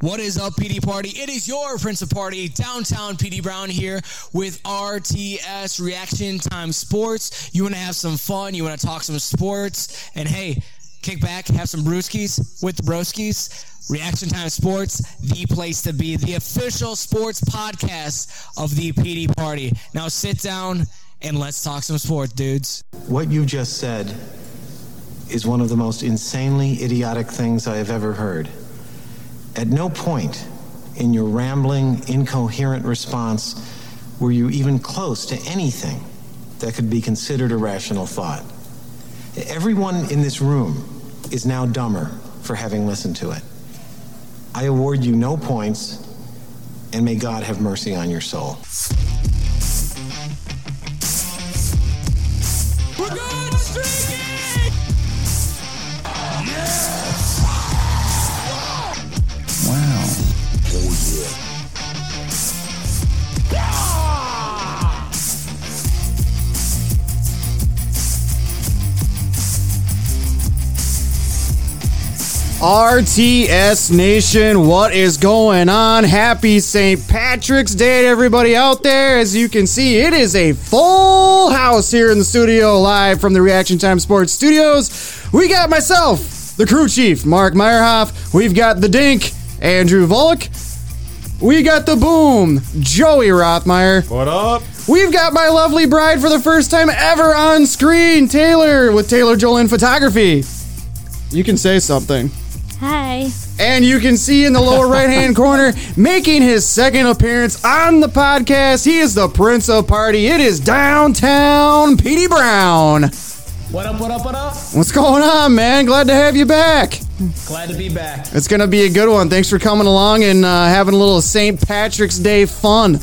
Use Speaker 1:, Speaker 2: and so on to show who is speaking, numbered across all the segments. Speaker 1: What is up, PD Party? It is your Prince of Party, downtown PD Brown here with RTS Reaction Time Sports. You want to have some fun, you want to talk some sports, and hey, kick back, have some brewskis with the broskies. Reaction Time Sports, the place to be, the official sports podcast of the PD Party. Now sit down and let's talk some sport, dudes.
Speaker 2: What you just said is one of the most insanely idiotic things I have ever heard. At no point in your rambling, incoherent response were you even close to anything that could be considered a rational thought. Everyone in this room is now dumber for having listened to it. I award you no points, and may God have mercy on your soul.
Speaker 3: We're good streaking!
Speaker 4: RTS Nation, what is going on? Happy St. Patrick's Day to everybody out there. As you can see, it is a full house here in the studio, live from the Reaction Time Sports Studios. We got myself, the crew chief, Mark Meyerhoff. We've got the dink, Andrew Volk. We got the boom, Joey Rothmeyer.
Speaker 5: What up?
Speaker 4: We've got my lovely bride for the first time ever on screen, Taylor, with Taylor Jolin Photography. You can say something.
Speaker 6: Hi.
Speaker 4: And you can see in the lower right hand corner, making his second appearance on the podcast, he is the Prince of Party. It is downtown Petey Brown.
Speaker 7: What up, what up, what up?
Speaker 4: What's going on, man? Glad to have you back.
Speaker 7: Glad to be back.
Speaker 4: It's going to be a good one. Thanks for coming along and uh, having a little St. Patrick's Day fun.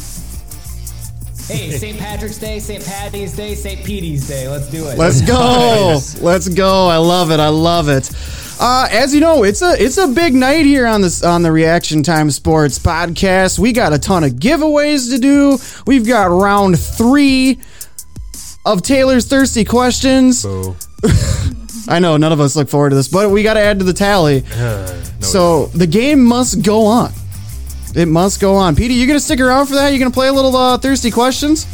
Speaker 7: Hey, St. Patrick's Day, St. Patty's Day, St. Petey's Day. Let's do it.
Speaker 4: Let's go. Let's go. I love it. I love it. Uh, as you know, it's a it's a big night here on this on the Reaction Time Sports podcast. We got a ton of giveaways to do. We've got round three of Taylor's thirsty questions.
Speaker 5: Oh,
Speaker 4: I know none of us look forward to this, but we got to add to the tally. so the game must go on. It must go on. Petey, you gonna stick around for that? You gonna play a little uh, thirsty questions?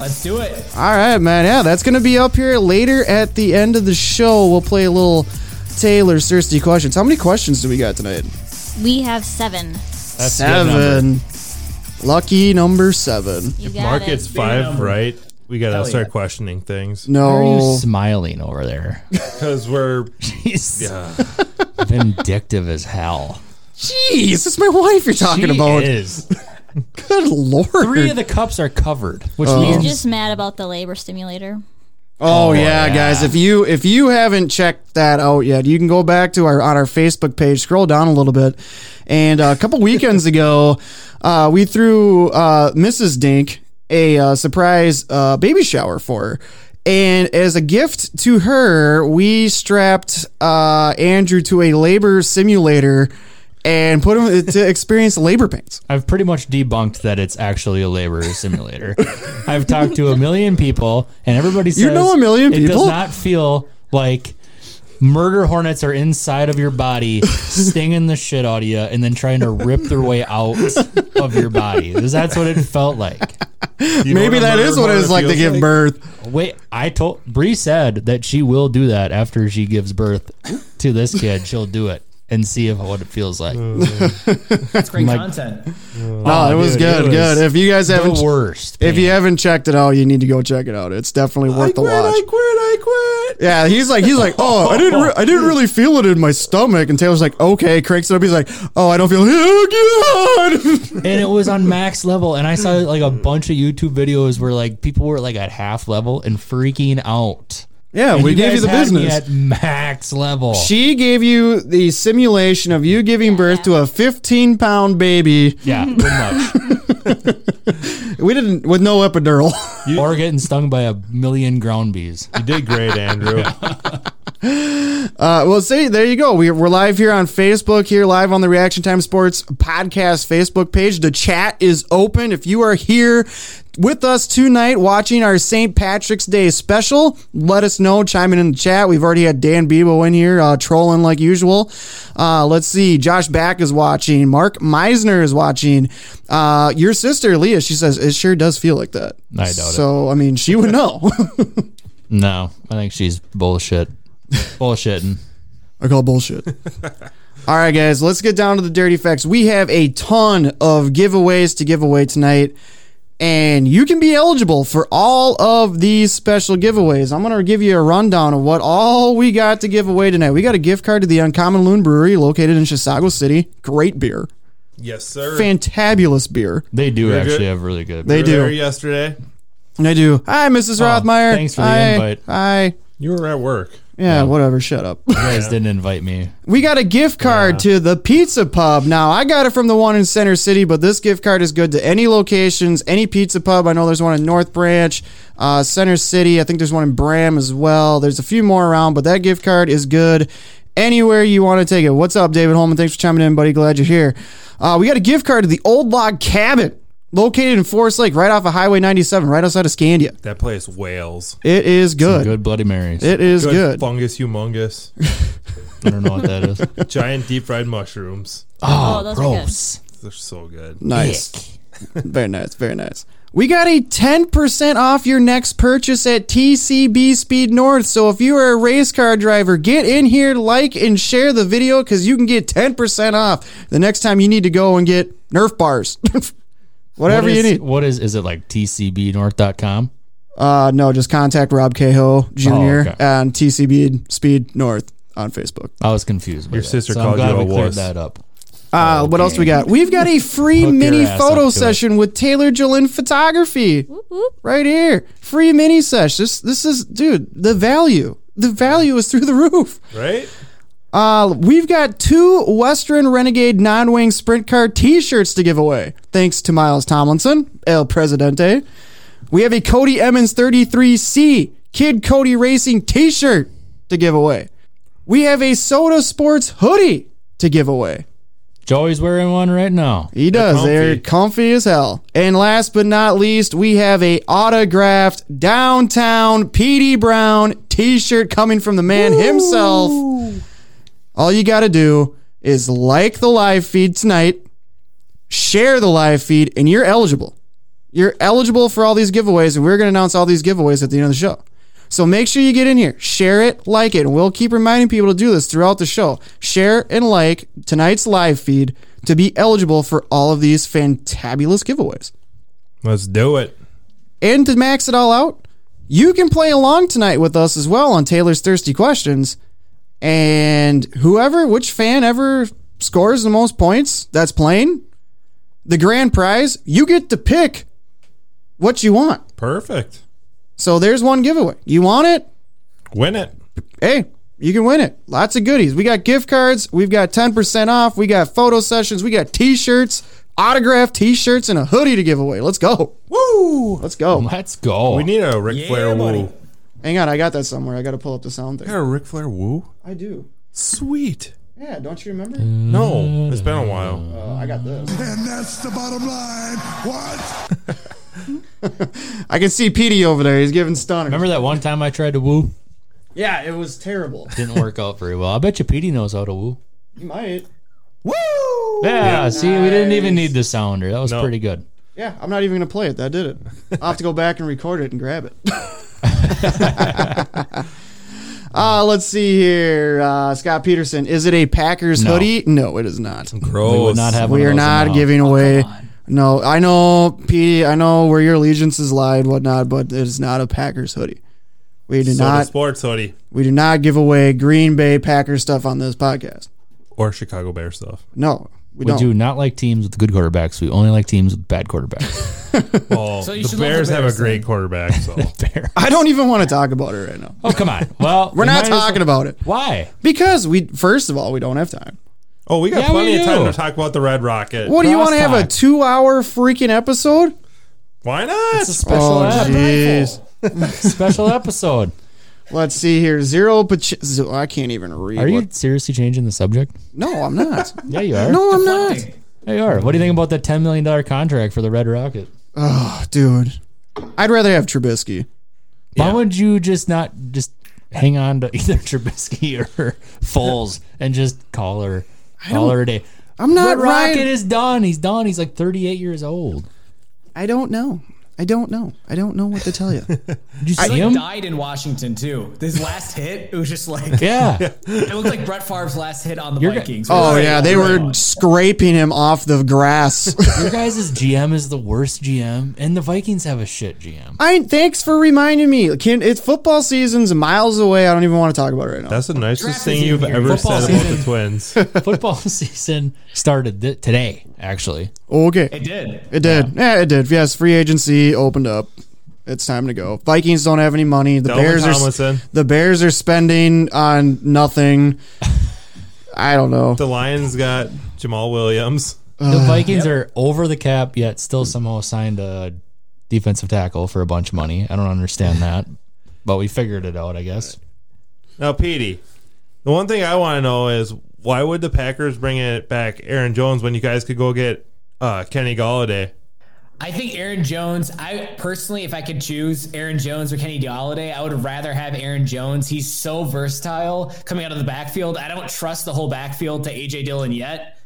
Speaker 7: Let's do it.
Speaker 4: All right, man. Yeah, that's gonna be up here later at the end of the show. We'll play a little Taylor's thirsty questions. How many questions do we got tonight?
Speaker 6: We have seven.
Speaker 5: that's
Speaker 4: seven. Lucky number seven.
Speaker 6: You got
Speaker 5: Mark gets
Speaker 6: it.
Speaker 5: five right. We
Speaker 7: um,
Speaker 5: gotta
Speaker 7: Hell
Speaker 5: start
Speaker 7: yeah.
Speaker 5: questioning things
Speaker 4: No.
Speaker 8: Why are you smiling over there?
Speaker 5: because we're
Speaker 8: He's
Speaker 5: yeah.
Speaker 8: vindictive as hell.
Speaker 4: Jeez, it's my wife you're talking
Speaker 8: She
Speaker 4: about.
Speaker 5: is.
Speaker 4: Good lord.
Speaker 8: Three of the cups are covered, which
Speaker 6: He's
Speaker 8: means
Speaker 6: just mad about the labor stimulator.
Speaker 4: Oh,
Speaker 8: Oh,
Speaker 4: yeah,
Speaker 8: yeah.
Speaker 4: guys. If you if you haven't checked that out yet, you can go back to our on our Facebook page, scroll down a little bit, and uh, a couple weekends ago, uh, we threw uh, Mrs. Dink a uh, surprise uh, baby shower for her. And as a gift to her, we strapped uh, Andrew to a labor simulator and put him to experience labor pains.
Speaker 8: I've pretty much debunked that it's actually a labor simulator. I've talked to a million people, and everybody says
Speaker 4: know a million
Speaker 8: It
Speaker 4: people?
Speaker 8: does not feel like murder hornets are inside of your body, stinging the shit out of you, and then trying to rip their way out of your body. That's what it felt like.
Speaker 5: You know
Speaker 4: Maybe
Speaker 5: a
Speaker 4: that is
Speaker 5: murder
Speaker 4: what it's
Speaker 5: hornet
Speaker 4: like to
Speaker 5: feels
Speaker 4: give birth.
Speaker 8: Wait, I told Bree said that she will do that after she gives birth to this kid. She'll do it and see if what it feels like.
Speaker 7: That's great
Speaker 8: My-
Speaker 7: content.
Speaker 4: No, it was
Speaker 5: dude,
Speaker 4: good,
Speaker 5: it was
Speaker 4: good. If you guys haven't
Speaker 8: the worst.
Speaker 4: If you haven't checked it out, you need to go check it out. It's definitely worth the watch.
Speaker 5: I quit.
Speaker 4: yeah, he's like, he's like, oh, I didn't, re- I didn't really feel it in my stomach. And Taylor's like, okay, cranks it up. He's like, oh, I don't feel. Oh god.
Speaker 8: and it was on max level, and I saw like a bunch of YouTube videos where like people were like at half level and freaking out.
Speaker 4: yeah,
Speaker 8: And
Speaker 4: we gave
Speaker 8: guys
Speaker 4: you the
Speaker 8: had me
Speaker 4: business.
Speaker 8: at max level.
Speaker 4: she gave you the simulation of you giving birth to a 15 pound baby.
Speaker 8: yeah, pretty much.
Speaker 4: We didn't with no epidural.
Speaker 8: or getting stung by a million ground bees.
Speaker 5: You did great, Andrew.
Speaker 4: Uh, well, see, there you go. We, we're live here on Facebook, here live on the Reaction Time Sports podcast Facebook page. The chat is open. If you are here with us tonight watching our St. Patrick's Day special, let us know. Chime in in the chat. We've already had Dan Bebo in here uh, trolling like usual. Uh, let's see. Josh Back is watching. Mark Meisner is watching. Uh, your sister, Leah, she says, it sure does feel like that.
Speaker 8: I doubt it.
Speaker 4: So, I mean, she would know.
Speaker 8: No, I think she's bullshit. Bullshitting.
Speaker 4: I call bullshit. All right, guys, let's get down to the dirty facts. We have a ton of giveaways to give away tonight, and you can be eligible for all of these special giveaways. I'm going to give you a rundown of what all we got to give away tonight. We got a gift card to the Uncommon Loon Brewery located in Chisago City. Great beer.
Speaker 5: Yes, sir.
Speaker 4: Fantabulous beer.
Speaker 8: They do
Speaker 5: Very
Speaker 8: actually
Speaker 5: good.
Speaker 8: have really good.
Speaker 4: They
Speaker 5: We were there
Speaker 4: do.
Speaker 5: yesterday.
Speaker 4: They do. Hi, Mrs. Rothmeyer.
Speaker 8: Oh, thanks for the
Speaker 4: Hi.
Speaker 8: invite.
Speaker 4: Hi.
Speaker 5: You were at work.
Speaker 4: yeah, whatever. Shut up.
Speaker 8: you guys didn't invite me.
Speaker 4: We got a gift card to the Pizza Pub. Now, I got it from the one in Center City, but this gift card is good to any locations, any pizza pub. I know there's one in North Branch, uh, Center City. I think there's one in Bram as well. There's a few more around, but that gift card is good anywhere you want to take it. What's up, David Holman? Thanks for chiming in, buddy. Glad you're here. Uh, we got a gift card to the Old Log Cabin, located in Forest Lake, right off of Highway 97, right outside of Scandia.
Speaker 5: That place wails.
Speaker 4: It is good.
Speaker 8: Good Bloody Marys.
Speaker 4: It is good.
Speaker 5: Fungus humongous.
Speaker 8: I don't know what that is.
Speaker 5: Giant deep fried mushrooms.
Speaker 4: Ah,
Speaker 6: Oh, those are good.
Speaker 5: They're so good.
Speaker 4: Nice. very nice. Very nice. We got a 10% off your next purchase at TCB Speed North. So if you are a race car driver, get in here, like, and share the video because you can get 10% off the next time you need to go and get Nerf bars. Whatever
Speaker 8: What
Speaker 4: you
Speaker 8: is-
Speaker 4: need.
Speaker 8: What is, is it like tcbnorth.com?
Speaker 4: Uh, no, just contact Rob Cahoe Jr.
Speaker 8: Oh, okay.
Speaker 4: and TCB Speed North on Facebook.
Speaker 8: I was confused. By
Speaker 5: Your
Speaker 8: that.
Speaker 5: sister
Speaker 8: so
Speaker 5: called
Speaker 8: I'm glad
Speaker 5: you a
Speaker 8: we cleared
Speaker 5: wuss.
Speaker 8: that up.
Speaker 4: Uh, What else we got? We've got a free
Speaker 8: Hook your
Speaker 4: mini
Speaker 8: ass up to
Speaker 4: photo
Speaker 8: it.
Speaker 4: session with Taylor Jolin Photography. Right here. Free mini sesh. This this is dude, the value. The value is through the roof.
Speaker 5: Right?
Speaker 4: Uh, we've got two Western Renegade non-wing sprint car t-shirts to give away. Thanks to Miles Tomlinson, El Presidente. We have a Cody Emmons 33C Kid Cody Racing t-shirt to give away. We have a Soda Sports hoodie to give away.
Speaker 8: Joey's wearing one right now.
Speaker 4: He does.
Speaker 5: comfy.
Speaker 4: They're comfy as hell. And last but not least, we have a autographed downtown PD Brown T-shirt coming from the man himself. All you got to do is like the live feed tonight, share the live feed, and you're eligible. You're eligible for all these giveaways, and we're going to announce all these giveaways at the end of the show. So make sure you get in here, share it, like it, and we'll keep reminding people to do this throughout the show. Share and like tonight's live feed to be eligible for all of these fantabulous giveaways.
Speaker 5: Let's do it.
Speaker 4: And to max it all out, you can play along tonight with us as well on Taylor's Thirsty Questions. And whoever, which fan ever scores the most points that's playing, the grand prize, you get to pick what you want.
Speaker 5: Perfect.
Speaker 4: So there's one giveaway. You want it?
Speaker 5: Win it.
Speaker 4: hey, you can win it. Lots of goodies. We got gift cards. We've got 10% off. We got photo sessions. We got t shirts, autographed t shirts, and a hoodie to give away. Let's go. Woo! Let's go.
Speaker 8: Let's go.
Speaker 5: We need a Ric Flair
Speaker 7: buddy.
Speaker 5: woo.
Speaker 4: Hang on. I got that somewhere. I got to pull up the sound
Speaker 5: You
Speaker 4: thing.
Speaker 5: got a Ric Flair woo?
Speaker 4: I do.
Speaker 5: Sweet.
Speaker 4: Yeah, don't you remember?
Speaker 5: No, it's been a while.
Speaker 4: Uh, I got this.
Speaker 9: And that's the bottom line. What?
Speaker 4: I can see Petey over there. He's giving stunner.
Speaker 8: Remember that one time I tried to woo?
Speaker 4: Yeah, it was terrible.
Speaker 8: Didn't work out very well. I bet you Petey knows how to woo.
Speaker 4: You might.
Speaker 8: Yeah, see, we didn't even need the sounder. That was
Speaker 5: No.
Speaker 8: pretty good.
Speaker 4: Yeah, I'm not even going to play it. That did it. I'll have to go back and record it and grab it. uh, let's see here. Uh, Scott Peterson. Is it a Packers
Speaker 8: No.
Speaker 4: hoodie? No, it is not.
Speaker 5: Gross.
Speaker 8: We would not have one
Speaker 4: Uh, Oh, We
Speaker 8: of
Speaker 4: are
Speaker 8: those
Speaker 4: not
Speaker 8: now.
Speaker 4: giving away. no, I know, P. I know where your allegiances lie and whatnot, but it is not a Packers hoodie. We do
Speaker 5: Soda
Speaker 4: not.
Speaker 5: sports hoodie
Speaker 4: We do not give away Green Bay Packers stuff on this podcast.
Speaker 5: or Chicago Bear stuff.
Speaker 4: No, we,
Speaker 8: We
Speaker 4: don't.
Speaker 8: do not like teams with good quarterbacks. We only like teams with bad quarterbacks.
Speaker 5: Well,
Speaker 7: So you
Speaker 5: Oh, the
Speaker 7: should love the
Speaker 5: Bears have a
Speaker 7: Bears,
Speaker 5: great quarterback. So
Speaker 4: I don't even want to talk about it right now.
Speaker 8: oh, come on. Well,
Speaker 4: We're not talking about it
Speaker 8: Why?
Speaker 4: because we. First of all, we don't have time.
Speaker 5: oh, we got
Speaker 8: Yeah, we
Speaker 5: plenty of time
Speaker 8: do.
Speaker 5: to talk about the Red Rocket.
Speaker 4: What do you want to have a
Speaker 8: Crosstalk.
Speaker 4: two-hour freaking episode? Oh,
Speaker 5: Why not?
Speaker 8: It's a special, ep-
Speaker 4: jeez.
Speaker 8: special Oh, episode.
Speaker 4: Let's see here. Zero. Pache- zo- I can't even read.
Speaker 8: Are you
Speaker 4: what-
Speaker 8: seriously changing the subject?
Speaker 4: No, I'm not.
Speaker 8: Yeah, you are.
Speaker 4: no, I'm not.
Speaker 8: Yeah, you are. What do you think about that ten million dollar contract for the Red Rocket?
Speaker 4: Oh, dude. I'd rather have Trubisky.
Speaker 8: Why would you just not just hang on to either Trubisky or Foles and just call her, call her a day?
Speaker 4: I'm not
Speaker 8: Red
Speaker 4: Ryan.
Speaker 8: Rocket is done. He's done. He's like 38 years old.
Speaker 4: I don't know. I don't know. I don't know what to tell you.
Speaker 8: Did you see
Speaker 7: He
Speaker 8: him?
Speaker 7: like, died in Washington too. His last hit, it was just like
Speaker 8: Yeah.
Speaker 7: it looked like Brett Favre's last hit on the
Speaker 8: You're-
Speaker 7: Vikings.
Speaker 4: oh
Speaker 7: Right.
Speaker 4: yeah, they were scraping him off the grass.
Speaker 8: Your guys' GM is the worst GM, and the Vikings have a shit GM.
Speaker 4: I thanks for reminding me. Can, it's football season's miles away. I don't even want to talk about it right now.
Speaker 5: That's the nicest
Speaker 7: Draft
Speaker 5: thing
Speaker 7: is
Speaker 5: you've
Speaker 7: easier.
Speaker 5: ever
Speaker 8: Football
Speaker 5: said about
Speaker 8: season.
Speaker 5: the Twins.
Speaker 8: Football season started th- today, actually.
Speaker 4: okay,
Speaker 7: It did.
Speaker 4: it did. Yeah. it did. Yes, free agency opened up. It's time to go. Vikings don't have any money. The
Speaker 5: Dalvin
Speaker 4: Bears are
Speaker 5: Tomlinson.
Speaker 4: the Bears are spending on nothing. I don't know.
Speaker 5: The Lions got Jamal Williams.
Speaker 8: The Vikings are over the cap, yet still somehow signed a defensive tackle for a bunch of money. I don't understand that, but we figured it out, I guess.
Speaker 5: Now, Petey, the one thing I want to know is why would the Packers bring it back Aaron Jones when you guys could go get uh, Kenny Galladay?
Speaker 7: I think Aaron Jones. I personally, if I could choose Aaron Jones or Kenny Galladay, I would rather have Aaron Jones. He's so versatile coming out of the backfield. I don't trust the whole backfield to AJ Dillon yet.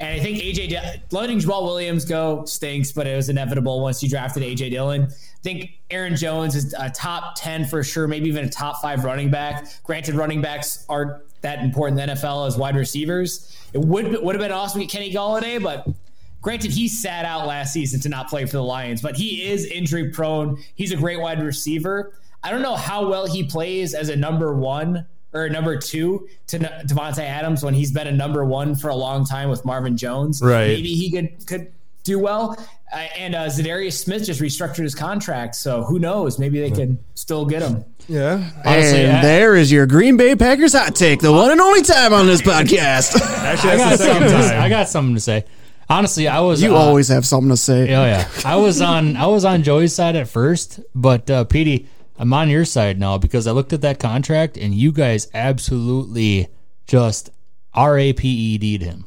Speaker 7: And I think AJ Di- letting Jamal Williams go stinks, but it was inevitable once you drafted AJ Dillon. I think Aaron Jones is a top ten for sure, maybe even a top five running back. Granted, running backs aren't that important in the NFL as wide receivers. It would would have been awesome to get Kenny Galladay, but Granted, he sat out last season to not play for the Lions, but he is injury prone. He's a great wide receiver. I don't know how well he plays as a number one or a number two to N- Devontae Adams when he's been a number one for a long time with Marvin Jones.
Speaker 5: Right.
Speaker 7: Maybe he could could do well. Uh, and uh, Zadarius Smith just restructured his contract, so who knows? Maybe they can still get him.
Speaker 5: Yeah.
Speaker 8: Honestly,
Speaker 4: and
Speaker 8: I-
Speaker 4: there is your Green Bay Packers hot take, the one and only time on this podcast.
Speaker 5: Actually,
Speaker 8: I got,
Speaker 5: that's the second
Speaker 8: something to, I
Speaker 5: time.
Speaker 8: got something to say. Honestly, I was.
Speaker 4: you
Speaker 8: uh,
Speaker 4: always have something to say.
Speaker 8: Oh yeah, I was on I was on Joey's side at first, but uh, Petey, I'm on your side now because I looked at that contract and you guys absolutely just raped'd E him.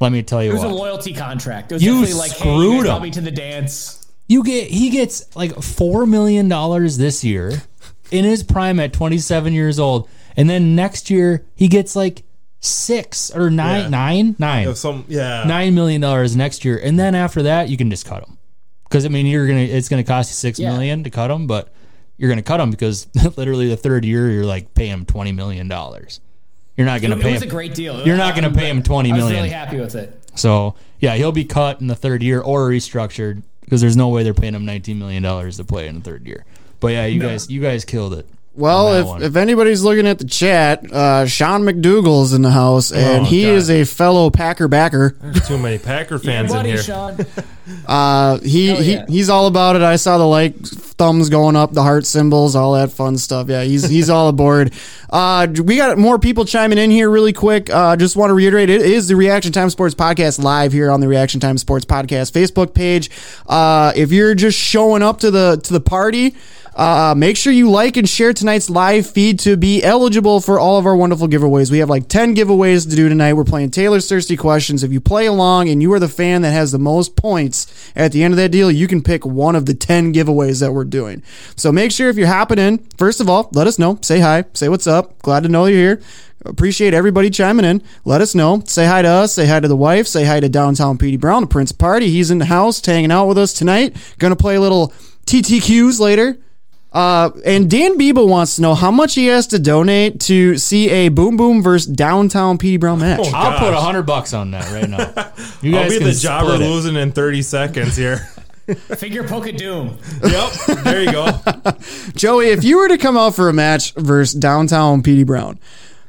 Speaker 8: Let me tell you
Speaker 7: It was
Speaker 8: what
Speaker 7: a loyalty contract. It was
Speaker 8: You
Speaker 7: definitely like, hey, you
Speaker 8: screwed
Speaker 7: guys
Speaker 8: him.
Speaker 7: brought me to the dance.
Speaker 8: you get he gets like four million dollars this year in his prime at 27 years old, and then next year he gets like six or nine
Speaker 5: Yeah.
Speaker 8: nine nine.
Speaker 5: Some, yeah.
Speaker 8: nine million dollars next year, and then after that, you can just cut them. Because I mean, you're gonna it's gonna cost you six
Speaker 7: Yeah.
Speaker 8: million to cut them, but you're gonna cut them because literally the third year you're like pay him twenty million dollars. You're not gonna
Speaker 7: It,
Speaker 8: pay
Speaker 7: was a
Speaker 8: him.
Speaker 7: great deal.
Speaker 8: you're not gonna pay him twenty
Speaker 7: I was
Speaker 8: million.
Speaker 7: really happy with it.
Speaker 8: so yeah, he'll be cut in the third year or restructured because there's no way they're paying him nineteen million dollars to play in the third year. But yeah, you guys you guys killed it.
Speaker 4: Well,
Speaker 8: that
Speaker 4: if,
Speaker 8: one.
Speaker 4: if anybody's looking at the chat, uh, Sean McDougal's in the house,
Speaker 8: Oh,
Speaker 4: and he
Speaker 5: God.
Speaker 4: is a fellow Packer backer.
Speaker 5: Too many Packer fans in
Speaker 7: Buddy,
Speaker 5: here.
Speaker 7: Sean.
Speaker 4: Uh, he,
Speaker 7: Hell
Speaker 4: he
Speaker 7: yeah.
Speaker 4: he's all about it. I saw the like thumbs going up, the heart symbols, all that fun stuff. Yeah, he's he's all aboard. Uh, we got more people chiming in here really quick. Uh, just want to reiterate, it is the Reaction Time Sports Podcast live here on the Reaction Time Sports Podcast Facebook page. Uh, if you're just showing up to the to the party. Uh, make sure you like and share tonight's live feed to be eligible for all of our wonderful giveaways. We have like 10 giveaways to do tonight. We're playing Taylor's Thirsty Questions. If you play along and you are the fan that has the most points at the end of that deal, you can pick one of the 10 giveaways that we're doing. So make sure if you're hopping in, first of all, let us know. Say hi. Say what's up. Glad to know you're here. Appreciate everybody chiming in. Let us know. Say hi to us. Say hi to the wife. Say hi to downtown Petey Brown, the Prince Party. He's in the house hanging out with us tonight. Gonna play a little TTQs later. Uh, and Dan Biba wants to know how much he has to donate to see a Boom Boom versus Downtown Petey Brown match.
Speaker 8: I'll put a hundred bucks on that right now. You
Speaker 5: I'll
Speaker 8: guys
Speaker 5: be
Speaker 8: can
Speaker 5: the jobber
Speaker 8: split it.
Speaker 5: losing in 30 seconds here.
Speaker 7: Figure poke of doom.
Speaker 5: yep. There you go.
Speaker 4: Joey, if you were to come out for a match versus Downtown Petey Brown,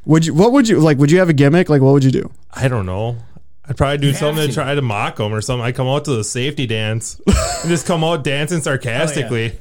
Speaker 4: would you? What would you like? Would you have a gimmick? Like, what would you do?
Speaker 5: I don't know. I'd probably do something to.
Speaker 7: to.
Speaker 5: try to mock him or something. I come out to the safety dance and just come out dancing sarcastically.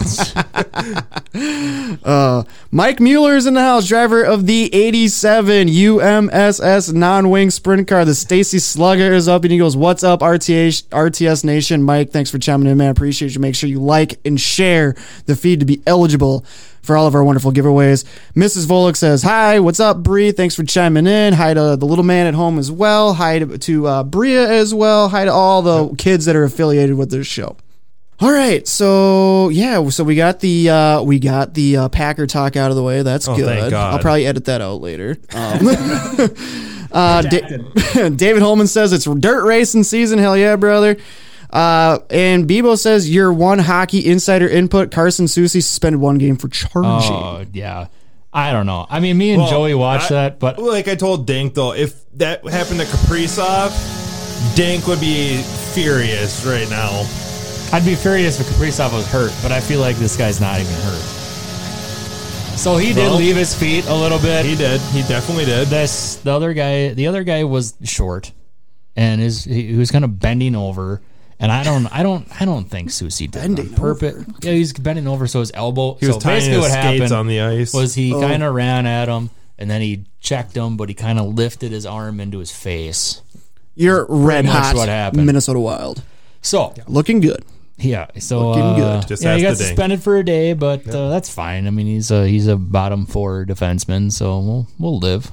Speaker 4: Mike Mueller is in the house, driver of the 87 UMSS non-wing sprint car. The Stacy Slugger is up and he goes, "What's up, RTH, RTS Nation?" Mike, thanks for chiming in, man. Appreciate you. Make sure you like and share the feed to be eligible for all of our wonderful giveaways. Mrs. Volok says, "Hi, what's up, Bree? Thanks for chiming in. Hi to the little man at home as well. Hi to, to uh, Bria as well. Hi to all the kids that are affiliated with this show." All right, so yeah, so we got the uh, we got the uh, Packer talk out of the way.
Speaker 8: Oh,
Speaker 4: That's good.
Speaker 5: thank God.
Speaker 4: I'll probably edit that out later. Um, uh, Da- David Holman says it's dirt racing season. Hell yeah, brother. Uh, and Bebo says your one hockey insider input. Carson Susie suspended one game for charging.
Speaker 8: Oh yeah, I don't know. I mean, me and
Speaker 5: Well,
Speaker 8: Joey watched
Speaker 5: I-
Speaker 8: that, but
Speaker 5: like I told Dank though, if that happened to Kaprizov, Dank would be furious right now.
Speaker 8: I'd be furious if Kaprizov was hurt. But I feel like this guy's not even hurt. So he did
Speaker 5: Well-
Speaker 8: leave his feet a little bit.
Speaker 5: He did. He definitely did.
Speaker 8: this the other guy the other guy was short and is he, he was kind of bending over and I don't I don't I don't think Susie did bending on purpose. Yeah, he's bending over so his elbow
Speaker 5: He was
Speaker 8: so
Speaker 5: tying
Speaker 8: basically
Speaker 5: his
Speaker 8: what
Speaker 5: skates
Speaker 8: happened
Speaker 5: on the ice.
Speaker 8: was he kind of ran at him and then he checked him but he kind of lifted his arm into his face.
Speaker 4: You're red
Speaker 8: much
Speaker 4: hot,
Speaker 8: what happened.
Speaker 4: Minnesota Wild,
Speaker 8: So,
Speaker 4: looking good.
Speaker 8: yeah, so
Speaker 4: Looking
Speaker 8: uh,
Speaker 4: good.
Speaker 5: Just
Speaker 8: yeah, he got
Speaker 5: ask the ding.
Speaker 8: suspended for a day, but uh, that's fine. I mean, he's a he's a bottom four defenseman, so we'll we'll live.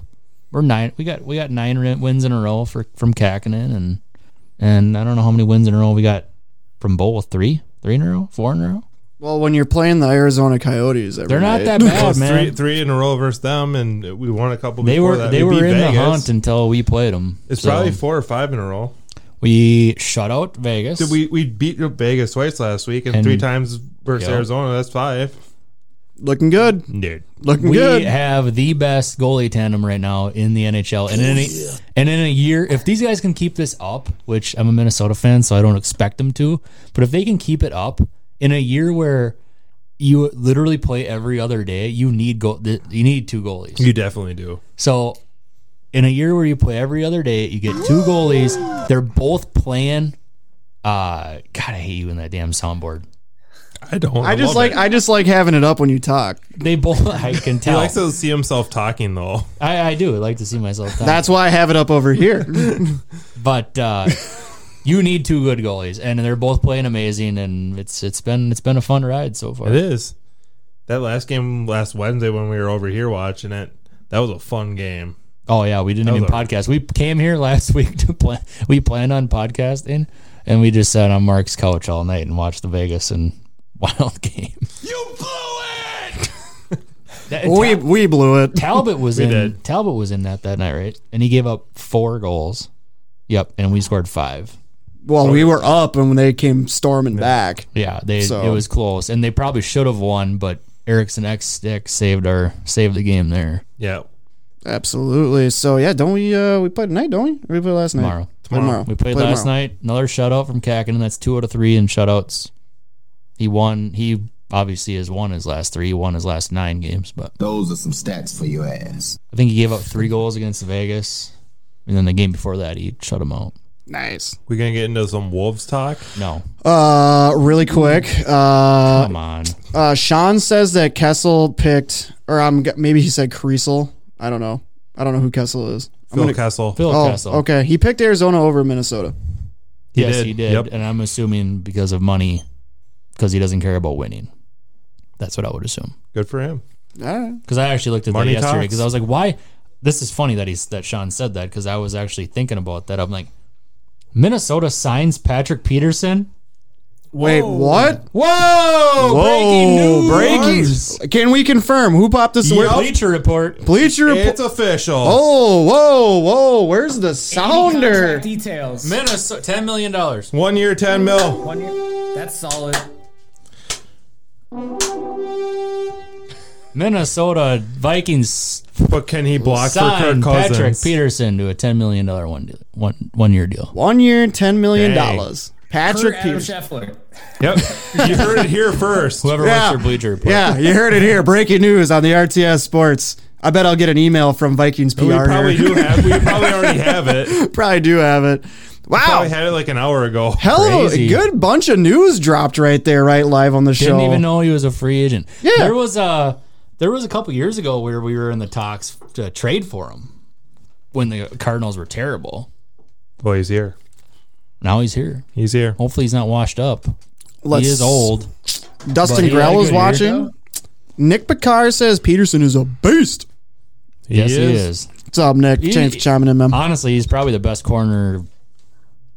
Speaker 8: We're nine. We got we got nine ri- wins in a row for from Kakinen, and and I don't know how many wins in a row we got from both. Three, three in a row, four in a row.
Speaker 4: Well, when you're playing the Arizona Coyotes, every
Speaker 8: They're not
Speaker 4: night-
Speaker 8: that
Speaker 5: Well,
Speaker 8: bad,
Speaker 5: it's
Speaker 8: man.
Speaker 5: three, three in a row versus them, and we won a couple.
Speaker 8: they
Speaker 5: before
Speaker 8: were
Speaker 5: that.
Speaker 8: they
Speaker 5: We
Speaker 8: were
Speaker 5: beat
Speaker 8: in the
Speaker 5: Vegas.
Speaker 8: hunt until we played them.
Speaker 5: It's probably four or five in a row.
Speaker 8: we shut out Vegas.
Speaker 5: Did we we beat Vegas twice last week and,
Speaker 8: And-
Speaker 5: three times versus
Speaker 8: Yeah.
Speaker 5: Arizona. That's five.
Speaker 4: looking good.
Speaker 5: Dude,
Speaker 4: Looking
Speaker 8: We
Speaker 4: good.
Speaker 8: have the best goalie tandem right now in the NHL, and in a, and in a year, if these guys can keep this up, which I'm a Minnesota fan, so I don't expect them to, but if they can keep it up in a year where you literally play every other day, you need go th- you need two goalies.
Speaker 5: you definitely do.
Speaker 8: So in a year where you play every other day, you get two goalies. They're both playing. Uh, God, I hate you in that damn soundboard.
Speaker 5: I don't.
Speaker 4: I just
Speaker 5: love
Speaker 4: like
Speaker 5: it.
Speaker 4: I just like having it up when you talk.
Speaker 8: They both. I can
Speaker 5: He
Speaker 8: tell.
Speaker 5: likes to see himself talking though.
Speaker 8: I, I do like to see myself. talk.
Speaker 4: That's why I have it up over here.
Speaker 8: but uh, you need two good goalies, and they're both playing amazing, and it's it's been it's been a fun ride so far.
Speaker 5: It is. That last game last Wednesday when we were over here watching it, that was a fun game.
Speaker 8: Oh yeah, we didn't even
Speaker 5: was a-
Speaker 8: podcast. We came here last week to plan. We planned on podcasting, and we just sat on Mark's couch all night and watched the Vegas and Wild game.
Speaker 3: You blew it!
Speaker 8: That-
Speaker 4: we
Speaker 8: Tal-
Speaker 4: we blew it.
Speaker 8: Talbot was in
Speaker 5: did.
Speaker 8: Talbot was in that that night, right? And he gave up four goals. Yep, and we scored five.
Speaker 4: Well, we were up and when they came storming back.
Speaker 8: Yeah, they
Speaker 4: So-
Speaker 8: it was close, and they probably should have won, but Erickson X stick saved our saved the game there.
Speaker 5: Yeah.
Speaker 4: Absolutely. So yeah, don't we uh we play tonight, don't we? Or we play last night.
Speaker 8: Tomorrow.
Speaker 4: Play tomorrow.
Speaker 8: We played last night. Another shutout from Kakinen. That's two out of three in shutouts. He won. He obviously has won his last three. He won his last nine games, but
Speaker 10: Those are some stats for your ass.
Speaker 8: I think he gave up three goals against Vegas, and then the game before that he shut him out.
Speaker 4: Nice.
Speaker 5: We're gonna get into some wolves talk.
Speaker 8: No,
Speaker 4: Uh really quick. Uh
Speaker 8: come on.
Speaker 4: uh Sean says that Kessel picked or I'm g- maybe he said Creasel. I don't know. I don't know who Kessel is. I'm
Speaker 5: Phil
Speaker 4: gonna-
Speaker 5: Kessel.
Speaker 8: Phil
Speaker 4: Oh,
Speaker 8: Kessel.
Speaker 4: okay. He picked Arizona over Minnesota.
Speaker 5: He
Speaker 8: yes,
Speaker 5: did.
Speaker 8: he did,
Speaker 5: Yep.
Speaker 8: and I'm assuming because of money, because he doesn't care about winning. That's what I would assume.
Speaker 5: Good for him.
Speaker 4: All right.
Speaker 8: because I actually looked at
Speaker 5: Money
Speaker 8: that yesterday
Speaker 5: talks.
Speaker 8: because I was like, why? This is funny that he's that Sean said that because I was actually thinking about that. I'm like, Minnesota signs Patrick Peterson.
Speaker 4: Wait, what?
Speaker 8: Whoa!
Speaker 4: breaking. Can we confirm who popped this?
Speaker 8: We're
Speaker 4: Where-
Speaker 8: Bleacher Report.
Speaker 4: Bleacher Report.
Speaker 5: It's official.
Speaker 4: Oh, whoa, whoa! Where's the
Speaker 7: Contract
Speaker 4: sounder?
Speaker 7: details.
Speaker 8: Minnesota, ten million dollars.
Speaker 5: One year, ten mil.
Speaker 7: One year. That's solid.
Speaker 8: Minnesota Vikings
Speaker 5: But can he block for Kirk
Speaker 8: sign
Speaker 5: Cousins?
Speaker 8: Patrick Peterson to a ten million dollar one deal, one one year deal.
Speaker 4: One year, ten million
Speaker 5: Dang.
Speaker 4: dollars.
Speaker 7: Per
Speaker 4: Patrick
Speaker 7: Adam
Speaker 4: Peterson.
Speaker 7: Scheffler.
Speaker 5: Yep. you heard it here first.
Speaker 8: Whoever
Speaker 4: Yeah.
Speaker 8: works for Bleacher Report.
Speaker 4: Yeah, you heard it here. Breaking news on the RTS Sports. I bet I'll get an email from Vikings PR.
Speaker 5: we probably
Speaker 4: here.
Speaker 5: do have. We probably already have it.
Speaker 4: probably do have it.
Speaker 5: Wow. We had it like an hour ago.
Speaker 4: Hell of a
Speaker 8: Crazy.
Speaker 4: good bunch of news dropped right there, right live on the show.
Speaker 8: Didn't even know he was a free agent.
Speaker 4: Yeah.
Speaker 8: There was a there was a couple years ago where we were in the talks to trade for him when the Cardinals were terrible.
Speaker 5: Boy, he's here.
Speaker 8: Now he's here.
Speaker 5: He's here.
Speaker 8: Hopefully he's not washed up.
Speaker 4: Let's-
Speaker 8: he is old.
Speaker 4: Dustin
Speaker 8: But-
Speaker 4: Grell is
Speaker 8: Yeah, good
Speaker 4: watching.
Speaker 8: year, though.
Speaker 4: Nick Picard says Peterson is a beast.
Speaker 8: yes, he is.
Speaker 4: What's up, Nick?
Speaker 8: He-
Speaker 4: Thanks for chiming in, man.
Speaker 8: Honestly, he's probably the best corner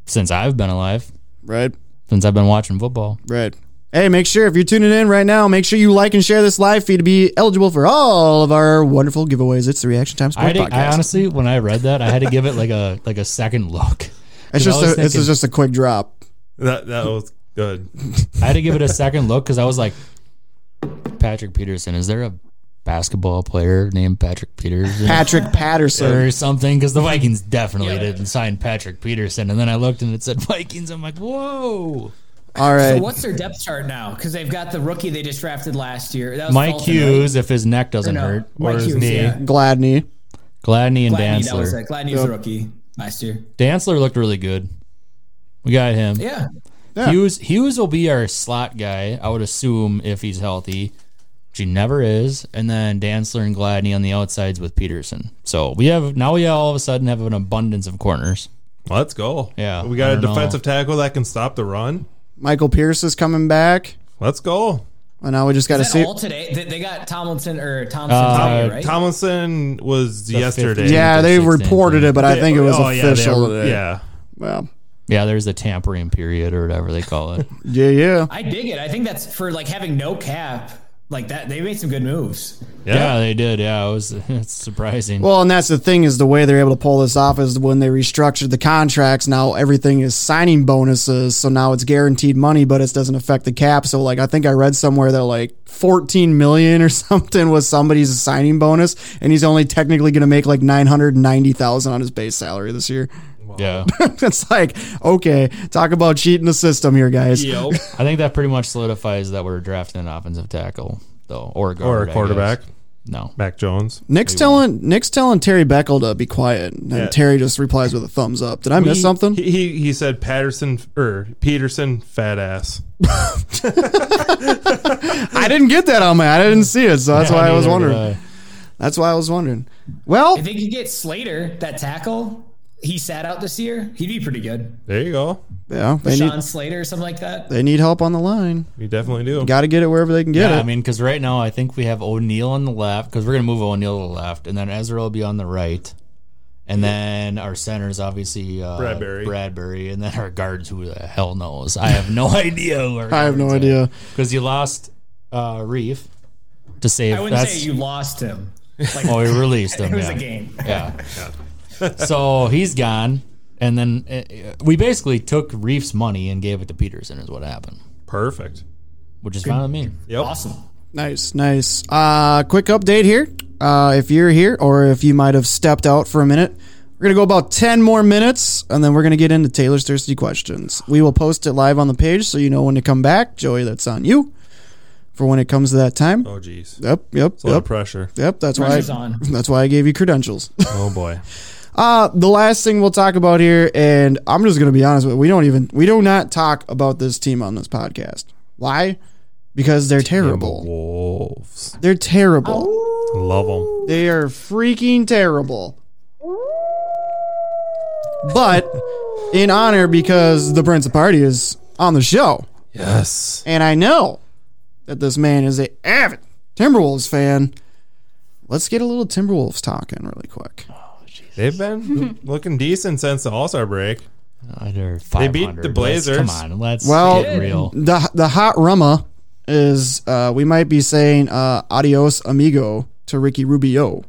Speaker 8: since I've been alive.
Speaker 4: Right,
Speaker 8: Since I've been watching football.
Speaker 4: right. Hey, make sure if you're tuning in right now, make sure you like and share this live feed to be eligible for all of our wonderful giveaways. It's the Reaction Time
Speaker 8: I,
Speaker 4: Sports
Speaker 8: had to- I
Speaker 4: Podcast.
Speaker 8: honestly, when I read that, I had to give it like a like a second look.
Speaker 4: it's
Speaker 8: 'Cause I
Speaker 4: just a,
Speaker 8: was
Speaker 4: this
Speaker 8: thinking-
Speaker 4: is just a quick drop.
Speaker 5: That that was good.
Speaker 8: I had to give it a second look because I was like, Patrick Peterson, is there a basketball player named Patrick Peterson?
Speaker 4: Patrick Patterson.
Speaker 8: or something because the Vikings definitely didn't sign Patrick Peterson. And then I looked and it said Vikings. I'm like, whoa.
Speaker 4: All right.
Speaker 7: So what's their depth chart now? Because they've got the rookie they just drafted last year. That was
Speaker 8: Mike
Speaker 7: Fulton, right?
Speaker 8: Hughes, if his neck doesn't
Speaker 7: No,
Speaker 8: hurt.
Speaker 5: Or
Speaker 7: Mike
Speaker 5: his
Speaker 7: Hughes,
Speaker 5: knee.
Speaker 7: Yeah.
Speaker 4: Gladney.
Speaker 8: Gladney and
Speaker 7: Gladney, that was
Speaker 8: Dantzler.
Speaker 7: it. Gladney was a rookie last year.
Speaker 8: Dantzler looked really good. We got him.
Speaker 7: Yeah.
Speaker 8: Hughes Hughes will be our slot guy, I would assume, if he's healthy. Which he never is. And then Dantzler and Gladney on the outsides with Peterson. So we have now we all of a sudden have an abundance of corners.
Speaker 5: Let's go.
Speaker 8: Yeah,
Speaker 5: We got
Speaker 8: I
Speaker 5: a
Speaker 8: don't know.
Speaker 5: defensive tackle that can stop the run.
Speaker 4: Michael Pierce is coming back.
Speaker 5: Let's go.
Speaker 4: And now we just got to
Speaker 7: Is
Speaker 4: see.
Speaker 7: that all today? They, they got Tomlinson or Thompson
Speaker 8: Uh,
Speaker 7: today, right?
Speaker 5: Tomlinson was yesterday.
Speaker 8: 15th.
Speaker 4: Yeah, they
Speaker 8: 16th,
Speaker 4: reported it, but I think it was
Speaker 5: Oh, yeah, they
Speaker 4: official
Speaker 5: were-
Speaker 4: today.
Speaker 5: Yeah.
Speaker 4: Well,
Speaker 8: Yeah, there's the tampering period or whatever they call it.
Speaker 4: yeah, yeah.
Speaker 7: I dig it. I think that's for like having no cap. Like that, they made some good moves.
Speaker 5: Yeah.
Speaker 8: Yeah, they did. Yeah, it was it's surprising.
Speaker 4: Well, and that's the thing is the way they're able to pull this off is when they restructured the contracts. Now everything is signing bonuses, so now it's guaranteed money, but it doesn't affect the cap. So, like I think I read somewhere that like 14 million or something was somebody's signing bonus, and he's only technically going to make like 990,000 on his base salary this year.
Speaker 8: yeah,
Speaker 4: it's like okay, talk about cheating the system here, guys.
Speaker 8: I think that pretty much solidifies that we're drafting an offensive tackle though, or a
Speaker 5: Or a
Speaker 8: I
Speaker 5: quarterback,
Speaker 8: guess. No,
Speaker 5: Mac Jones.
Speaker 4: Nick's telling Nick's telling Terry Beckel to be quiet, and
Speaker 5: Yeah.
Speaker 4: Terry just replies with a thumbs up. Did I miss
Speaker 5: He-
Speaker 4: something?
Speaker 5: He, he he said Patterson or Peterson fat ass.
Speaker 4: I didn't get that on my. I didn't see it, so that's
Speaker 8: Yeah,
Speaker 4: why I was
Speaker 8: neither did
Speaker 4: wondering.
Speaker 8: I.
Speaker 4: That's why I was wondering. Well,
Speaker 7: If they could get Slater, that tackle, he sat out this year. He'd be pretty good.
Speaker 5: There you go.
Speaker 4: yeah, they
Speaker 7: Sean
Speaker 4: need
Speaker 7: Slater or something like that.
Speaker 4: they need help on the line.
Speaker 5: We definitely do.
Speaker 4: Got to get it wherever they can get
Speaker 8: Yeah,
Speaker 4: it.
Speaker 8: I mean, because right now I think we have O'Neal on the left because we're gonna move O'Neal to the left, and then Ezra will be on the right, and then our center is obviously uh,
Speaker 5: Bradbury.
Speaker 8: Bradbury, and then our guards. Who the hell knows? I have no idea. Who our
Speaker 4: I have no idea.
Speaker 8: because you lost uh, Reef to save.
Speaker 7: I wouldn't
Speaker 8: that's,
Speaker 7: say you lost him. Like
Speaker 8: Oh, we released him.
Speaker 7: it was
Speaker 8: yeah.
Speaker 7: a game.
Speaker 8: Yeah. so he's gone, and then uh, we basically took Reef's money and gave it to Peterson, is what happened,
Speaker 5: Perfect.
Speaker 8: which is fine with me.
Speaker 5: Yep.
Speaker 7: Awesome.
Speaker 4: Nice, nice. Uh, quick update here. Uh, if you're here, or if you might have stepped out for a minute, we're gonna go about ten more minutes, and then we're gonna get into Taylor's thirsty questions. We will post it live on the page, so you know when to come back, Joey. That's on you for when it comes to that time.
Speaker 5: Oh geez. It's
Speaker 4: Yep, yep,
Speaker 5: a lot of
Speaker 4: yep,
Speaker 5: pressure.
Speaker 4: yep. That's why.
Speaker 7: Pressure's
Speaker 4: I,
Speaker 7: on.
Speaker 4: that's why I gave you credentials.
Speaker 5: Oh boy.
Speaker 4: the last thing we'll talk about here, and I'm just gonna be honest with you, we don't even we do not talk about this team on this podcast. Why? Because they're terrible.
Speaker 5: Wolves.
Speaker 4: They're terrible.
Speaker 5: Love them.
Speaker 4: They are freaking terrible. But in honor, because the Prince of Party is on the show,
Speaker 5: Yes.
Speaker 4: and I know that this man is a avid Timberwolves fan. Let's get a little Timberwolves talking really quick.
Speaker 5: They've been looking decent since the All Star break.
Speaker 8: They
Speaker 5: beat the Blazers.
Speaker 8: Come on, let's
Speaker 4: Well-
Speaker 8: get real.
Speaker 4: the the hot rumma is uh, we might be saying uh, adios amigo to Ricky Rubio.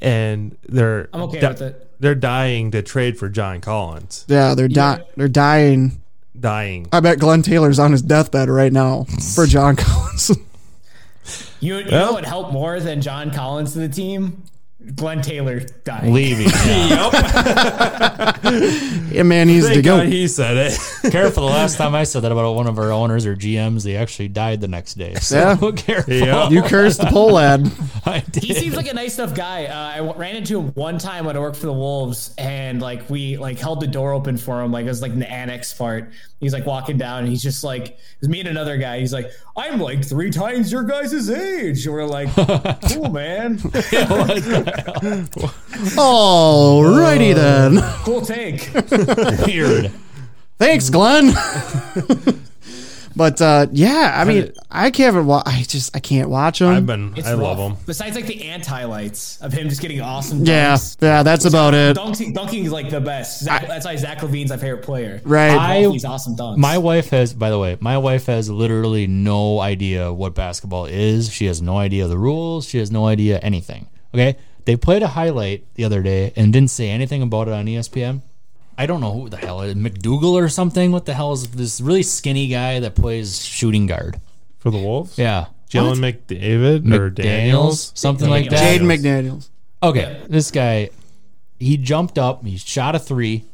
Speaker 5: and they're
Speaker 7: I'm okay with it.
Speaker 5: They're dying to trade for John Collins.
Speaker 4: Yeah, they're di- they're dying.
Speaker 5: Dying.
Speaker 4: I bet Glenn Taylor's on his deathbed right now for John Collins.
Speaker 7: You, you know what helped more than John Collins to the team? Glenn Taylor died.
Speaker 8: Levy. Yeah.
Speaker 4: Yeah, man, he's the
Speaker 5: Thank
Speaker 4: goat.
Speaker 5: God he said it.
Speaker 8: Careful. The last time I said that about one of our owners or GMs, they actually died the next day. So
Speaker 4: Yeah.
Speaker 8: careful.
Speaker 5: Yep.
Speaker 4: you cursed the pole ad.
Speaker 8: I
Speaker 7: He
Speaker 8: did.
Speaker 7: seems like a nice enough guy. Uh, I w- ran into him one time when I worked for the Wolves, and like we like held the door open for him. Like it was like in the annex part. He's like walking down, and he's just like, it was me and another guy. He's like, I'm like three times your guys' age. And we're like, cool, man,
Speaker 5: Uh.
Speaker 4: Alrighty then.
Speaker 7: cool take.
Speaker 8: Weird.
Speaker 4: Thanks, Glenn. but uh, yeah, I mean, I can't. Wa- I just I can't watch him.
Speaker 5: I've been. I love
Speaker 7: rough.
Speaker 5: him.
Speaker 7: Besides like the ant highlights of him just getting awesome.
Speaker 4: yeah,
Speaker 7: dunks.
Speaker 4: yeah, that's about it.
Speaker 7: Dunking, dunking is like the best. Zach, that's why Zach Levine's my favorite player.
Speaker 4: Right.
Speaker 8: I-
Speaker 7: he's awesome dunks.
Speaker 8: My wife has, by the way, my wife has literally no idea what basketball is. She has no idea the rules. She has no idea anything. Okay. They played a highlight the other day and didn't say anything about it on E ESPN. I don't know who the hell it is, McDougal or something. What the hell is this really skinny guy that plays shooting guard?
Speaker 5: For the Wolves?
Speaker 8: Yeah.
Speaker 5: Jalen McDavid or Daniels?
Speaker 8: Something like that.
Speaker 4: Jaden McDaniels.
Speaker 8: Okay, this guy, he jumped up, he shot a three,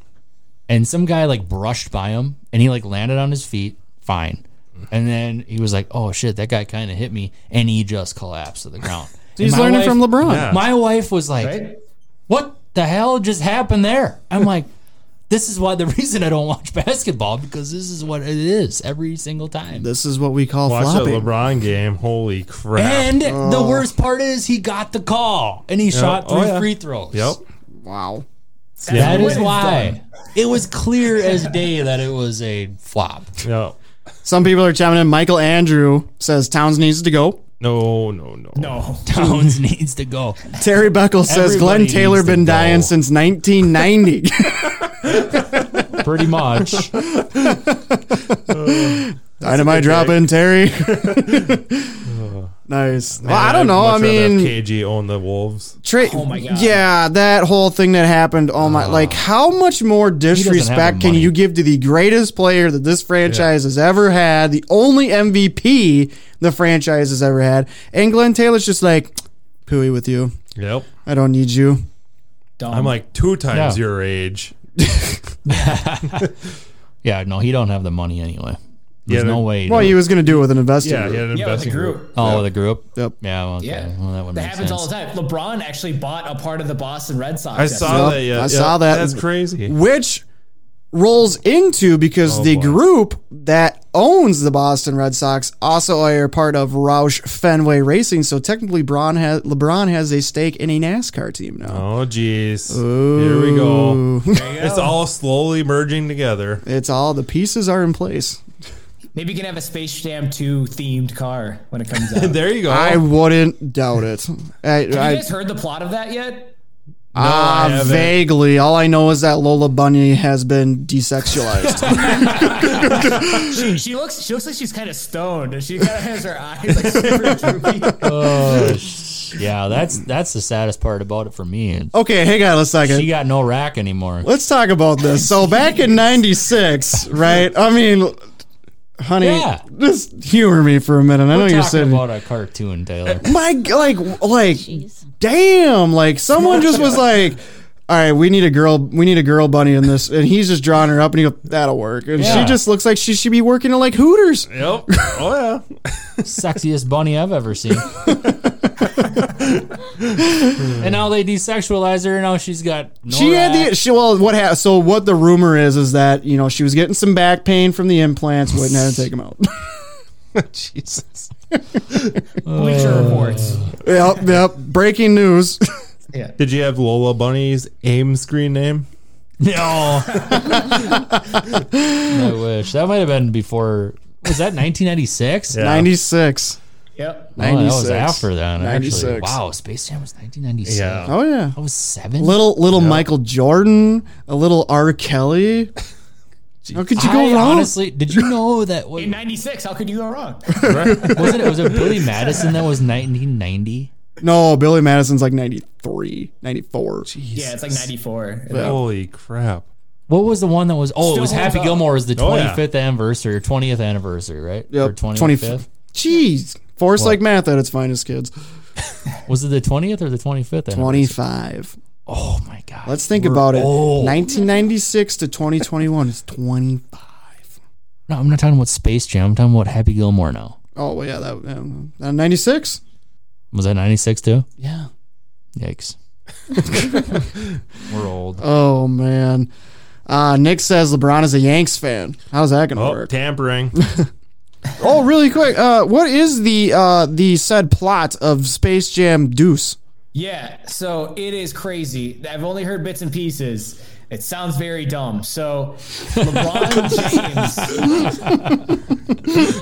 Speaker 8: and some guy like brushed by him, and he like landed on his feet, fine. And then he was like, "Oh shit, that guy kind of hit me," and he just collapsed to the ground.
Speaker 4: He's
Speaker 8: And my
Speaker 4: learning
Speaker 8: wife-
Speaker 4: from LeBron.
Speaker 5: Yeah.
Speaker 8: My wife was like,
Speaker 7: Right?
Speaker 8: "What the hell just happened there?" I'm like, "This is why the reason I don't watch basketball because this is what it is every single time."
Speaker 4: This is what we call
Speaker 5: Watch that
Speaker 4: flopping.
Speaker 5: LeBron game. Holy crap.
Speaker 8: and the worst part is he got the call and he shot three
Speaker 5: Oh, yeah.
Speaker 8: free throws.
Speaker 5: yep.
Speaker 4: Wow.
Speaker 8: That
Speaker 7: Yeah.
Speaker 8: is why it was clear as day that it was a flop.
Speaker 5: Yep.
Speaker 4: Some people are chiming in. Michael Andrew says Towns needs to go.
Speaker 5: No, no, no.
Speaker 7: no.
Speaker 8: Towns needs to go.
Speaker 4: Terry Buckle says
Speaker 8: Everybody
Speaker 4: Glenn Taylor
Speaker 8: needs to
Speaker 4: been dying
Speaker 8: go.
Speaker 4: since 1990.
Speaker 8: Pretty much.
Speaker 4: Dynamite drop in, Terry. nice. well, I don't know. I
Speaker 5: I'd much rather have
Speaker 4: mean,
Speaker 5: KG own the Wolves.
Speaker 4: Trey,
Speaker 7: Oh my God.
Speaker 4: yeah, that whole thing that happened. Oh my! like, how much more
Speaker 8: have
Speaker 4: disrespect
Speaker 8: the
Speaker 4: can
Speaker 8: money.
Speaker 4: you give to the greatest player that this franchise has ever had, the only MVP the franchise has ever had, and Glenn Taylor's just like, "Pooey with you.
Speaker 5: Yep.
Speaker 4: I don't need you."
Speaker 7: Dumb.
Speaker 5: I'm like two times
Speaker 8: Yeah.
Speaker 5: your age.
Speaker 8: Yeah, no, he don't have the money anyway.
Speaker 5: Yeah,
Speaker 8: There's no
Speaker 5: the-
Speaker 8: way. he
Speaker 4: Well,
Speaker 8: don't-
Speaker 4: he was going to do it with an investor.
Speaker 5: Yeah, yeah,
Speaker 7: yeah, with the
Speaker 5: investing
Speaker 7: group.
Speaker 5: group.
Speaker 8: oh, the group.
Speaker 4: Yep.
Speaker 8: Yeah. Well, okay.
Speaker 7: Yeah.
Speaker 8: Well, that
Speaker 7: That
Speaker 8: would make
Speaker 7: happens
Speaker 8: sense.
Speaker 7: all the time. LeBron actually bought a part of the Boston Red Sox.
Speaker 5: I
Speaker 7: yesterday.
Speaker 5: saw
Speaker 4: Yep,
Speaker 5: that. Yeah,
Speaker 4: I
Speaker 5: yeah.
Speaker 4: saw that.
Speaker 5: That's crazy.
Speaker 4: Which rolls into because the
Speaker 5: boy.
Speaker 4: group that owns the Boston Red Sox also are part of Roush Fenway Racing. So technically, Braun has, LeBron has a stake in a NASCAR team now.
Speaker 5: Oh, jeez. Here we go. It's all slowly merging together.
Speaker 4: It's all the pieces are in place.
Speaker 7: Maybe you can have a Space Jam 2 themed car when it comes out. Have
Speaker 5: There you go.
Speaker 4: I wouldn't doubt it. I,
Speaker 7: you
Speaker 4: I,
Speaker 7: guys heard the plot of that yet?
Speaker 4: ah,
Speaker 5: haven't.
Speaker 4: vaguely. All I know is that Lola Bunny has been desexualized.
Speaker 7: She, she looks she looks like she's kind of stoned. She kind of has her eyes like super droopy.
Speaker 8: Yeah, that's that's the saddest part about it for me.
Speaker 4: okay, hang on a second.
Speaker 8: She got no rack anymore.
Speaker 4: Let's talk about this. So back in '96, right? I mean, honey,
Speaker 8: Yeah.
Speaker 4: just humor me for a minute. I know
Speaker 8: We're
Speaker 4: you're
Speaker 8: talking
Speaker 4: sitting.
Speaker 8: about a cartoon, Taylor.
Speaker 4: my g- like, like, damn! Like someone just was like. All right, we need a girl. We need a girl bunny in this, and he's just drawing her up, and he goes, "That'll work." And
Speaker 8: Yeah.
Speaker 4: she just looks like she should be working at like Hooters.
Speaker 5: Yep. Oh, yeah.
Speaker 8: Sexiest bunny I've ever seen. and now they desexualize her, and now she's got. No
Speaker 4: She
Speaker 8: rack.
Speaker 4: had the she well what ha- so what the rumor is is that you know she was getting some back pain from the implants, waiting had to take them out.
Speaker 5: Jesus.
Speaker 7: Bleacher
Speaker 8: Uh,
Speaker 7: reports.
Speaker 4: yep, yep. Breaking news.
Speaker 5: Did you have Lola Bunny's AIM screen name?
Speaker 8: No. I wish. That might have been before. Was that 1996?
Speaker 5: Yeah.
Speaker 4: Ninety six.
Speaker 7: Yep.
Speaker 8: Oh, that was
Speaker 4: 96.
Speaker 8: after then. Actually.
Speaker 4: 96.
Speaker 8: Wow, Space Jam was 1996.
Speaker 5: Yeah.
Speaker 4: Oh yeah.
Speaker 8: I was seven.
Speaker 4: Little little Michael Jordan, a little R. Kelly. How could you go
Speaker 8: I
Speaker 4: wrong?
Speaker 8: honestly, did you know that was,
Speaker 7: In 96, how could you go wrong?
Speaker 8: wasn't it was it Billy Madison that was 1990?
Speaker 4: no, Billy Madison's like 93, 94.
Speaker 7: Yeah, it's like 94.
Speaker 4: Oh,
Speaker 5: Holy crap.
Speaker 8: What was the one that was? Oh, it
Speaker 7: Still
Speaker 8: was
Speaker 7: holds
Speaker 8: Happy
Speaker 7: up.
Speaker 8: Gilmore's the
Speaker 5: Oh, yeah.
Speaker 8: 25th anniversary or 20th anniversary, right? Or
Speaker 4: Yep.
Speaker 8: 25th.
Speaker 4: 25th. Jeez. Force like math at its finest, kids.
Speaker 8: Was it the 20th or the 25th? I don't know.
Speaker 4: 25.
Speaker 8: Oh my god.
Speaker 4: Let's think
Speaker 8: We're
Speaker 4: about it.
Speaker 8: old.
Speaker 4: 1996 to 2021 is 25.
Speaker 8: No, I'm not talking about Space Jam. I'm talking about Happy Gilmore now.
Speaker 4: Oh, well, yeah, that um, uh, 96.
Speaker 8: Was that 96 too?
Speaker 4: Yeah.
Speaker 8: Yikes. We're old.
Speaker 4: Oh man. Uh, Nick says LeBron is a Yanks fan. How's that gonna
Speaker 5: Oh,
Speaker 4: work?
Speaker 5: tampering.
Speaker 4: oh, really quick. Uh, what is the uh, the said plot of Space Jam Deuce?
Speaker 7: Yeah, so it is crazy. I've only heard bits and pieces. It sounds very dumb. So LeBron James.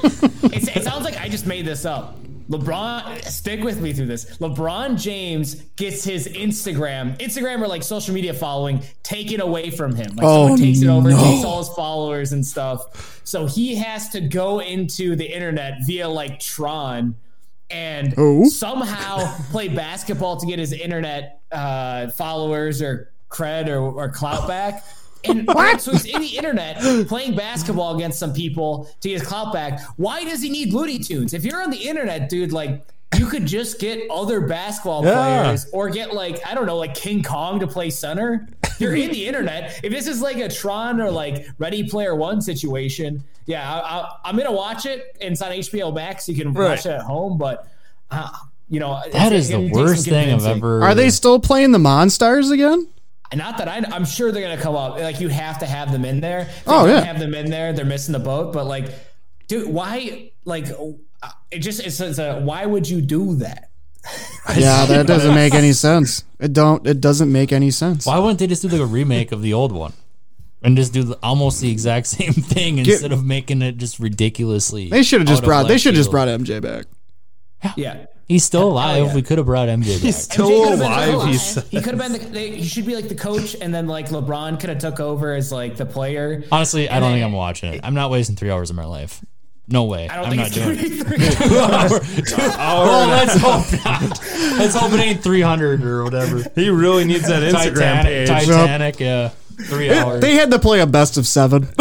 Speaker 7: It's- it sounds like I just made this up. LeBron, stick with me through this. LeBron James gets his Instagram, Instagram or like social media following taken away from him. Like
Speaker 4: Oh,
Speaker 7: someone takes it over,
Speaker 4: no.
Speaker 7: takes all his followers and stuff. So he has to go into the internet via like Tron and
Speaker 4: Oh.
Speaker 7: somehow play basketball to get his internet uh, followers or cred or, or clout back. And so he's in the internet playing basketball against some people to get his clout back. Why does he need Looney Tunes? If you're on the internet, dude, like you could just get other basketball
Speaker 5: Yeah.
Speaker 7: players or get like, I don't know, like King Kong to play center. You're in the internet. If this is like a Tron or like Ready Player One situation, yeah, I, I, I'm going to watch it. And it's on HBO Max. You can
Speaker 5: Right.
Speaker 7: watch it at home, but uh, you know
Speaker 8: That
Speaker 7: it's-
Speaker 8: is
Speaker 7: it
Speaker 8: the
Speaker 7: takes
Speaker 8: worst
Speaker 7: some
Speaker 8: thing I've
Speaker 7: convincing.
Speaker 8: ever.
Speaker 4: Are they still playing the Monstars again?
Speaker 7: Not that I, I'm sure they're gonna come up. Like you have to have them in there. If
Speaker 4: Oh,
Speaker 7: you don't
Speaker 4: yeah.
Speaker 7: have them in there. They're missing the boat. But like, dude, why? Like, uh, it just it's, it's a why would you do that?
Speaker 4: Yeah, that doesn't make any sense. It don't. It doesn't make any sense.
Speaker 8: Why wouldn't they just do like a remake of the old one? And just do the, almost the exact same thing instead of making it just ridiculously.
Speaker 4: They should have
Speaker 8: out
Speaker 4: just
Speaker 8: of
Speaker 4: brought. They
Speaker 8: left
Speaker 4: should have just
Speaker 8: field.
Speaker 4: brought MJ back.
Speaker 7: Yeah,
Speaker 8: He's still alive. We could have brought MJ back.
Speaker 5: Still
Speaker 7: MJ could've been
Speaker 5: alive.
Speaker 6: alive.
Speaker 5: He's
Speaker 7: he could have been the they, he should be like the coach, and then like LeBron could have took over as like the player.
Speaker 8: Honestly, I don't think I'm watching it. I'm not wasting three hours of my life. No way.
Speaker 7: I don't
Speaker 8: I'm
Speaker 7: think
Speaker 8: not
Speaker 7: it's
Speaker 8: doing it.
Speaker 7: 33.
Speaker 8: Well, let's hope not. Let's hope it ain't 300 or whatever.
Speaker 5: he really needs that Instagram
Speaker 8: Titanic,
Speaker 5: page.
Speaker 8: Titanic, yeah. Three hours.
Speaker 4: They had to play a best of seven,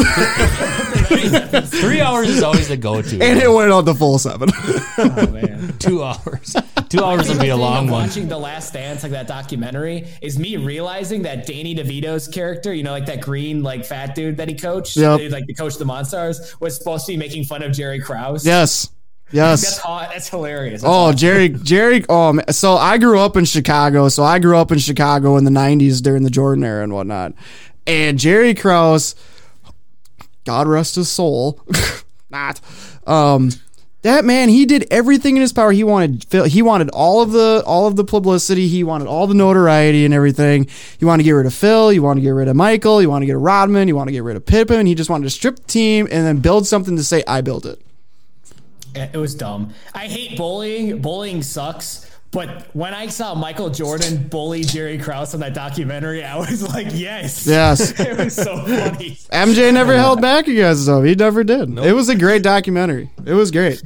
Speaker 8: Three hours is always the go-to.
Speaker 4: and it went on the full seven.
Speaker 7: Oh, man.
Speaker 8: two hours. Two hours would be a
Speaker 7: thing
Speaker 8: long
Speaker 7: of
Speaker 8: one.
Speaker 7: Watching The Last Dance, like that documentary, is me realizing that Danny DeVito's character, you know, like that green, like fat dude that he coached,
Speaker 4: Yep.
Speaker 7: the- like the coach of the Monstars, was supposed to be making fun of Jerry Krause.
Speaker 4: yes.
Speaker 7: That's
Speaker 4: Yes.
Speaker 7: hot. That's hilarious.
Speaker 4: Oh, Jerry, Jerry. Oh, man. so I grew up in Chicago. So I grew up in Chicago in the '90s during the Jordan era and whatnot. And Jerry Krause, God rest his soul, not. Um, that man, he did everything in his power. He wanted, fil- he wanted all of the, all of the publicity. He wanted all the notoriety and everything. He wanted to get rid of Phil. You wanted to get rid of Michael. You wanted to get rid of Rodman. You wanted to get rid of Pippen. He just wanted to strip the team and then build something to say, "I built it."
Speaker 7: It was dumb. I hate bullying. Bullying sucks. But when I saw Michael Jordan bully Jerry Krause on that documentary, I was like, yes.
Speaker 4: Yes.
Speaker 7: it was so funny.
Speaker 4: MJ never held back, you guys, though. He never did. It was a great documentary. It was great.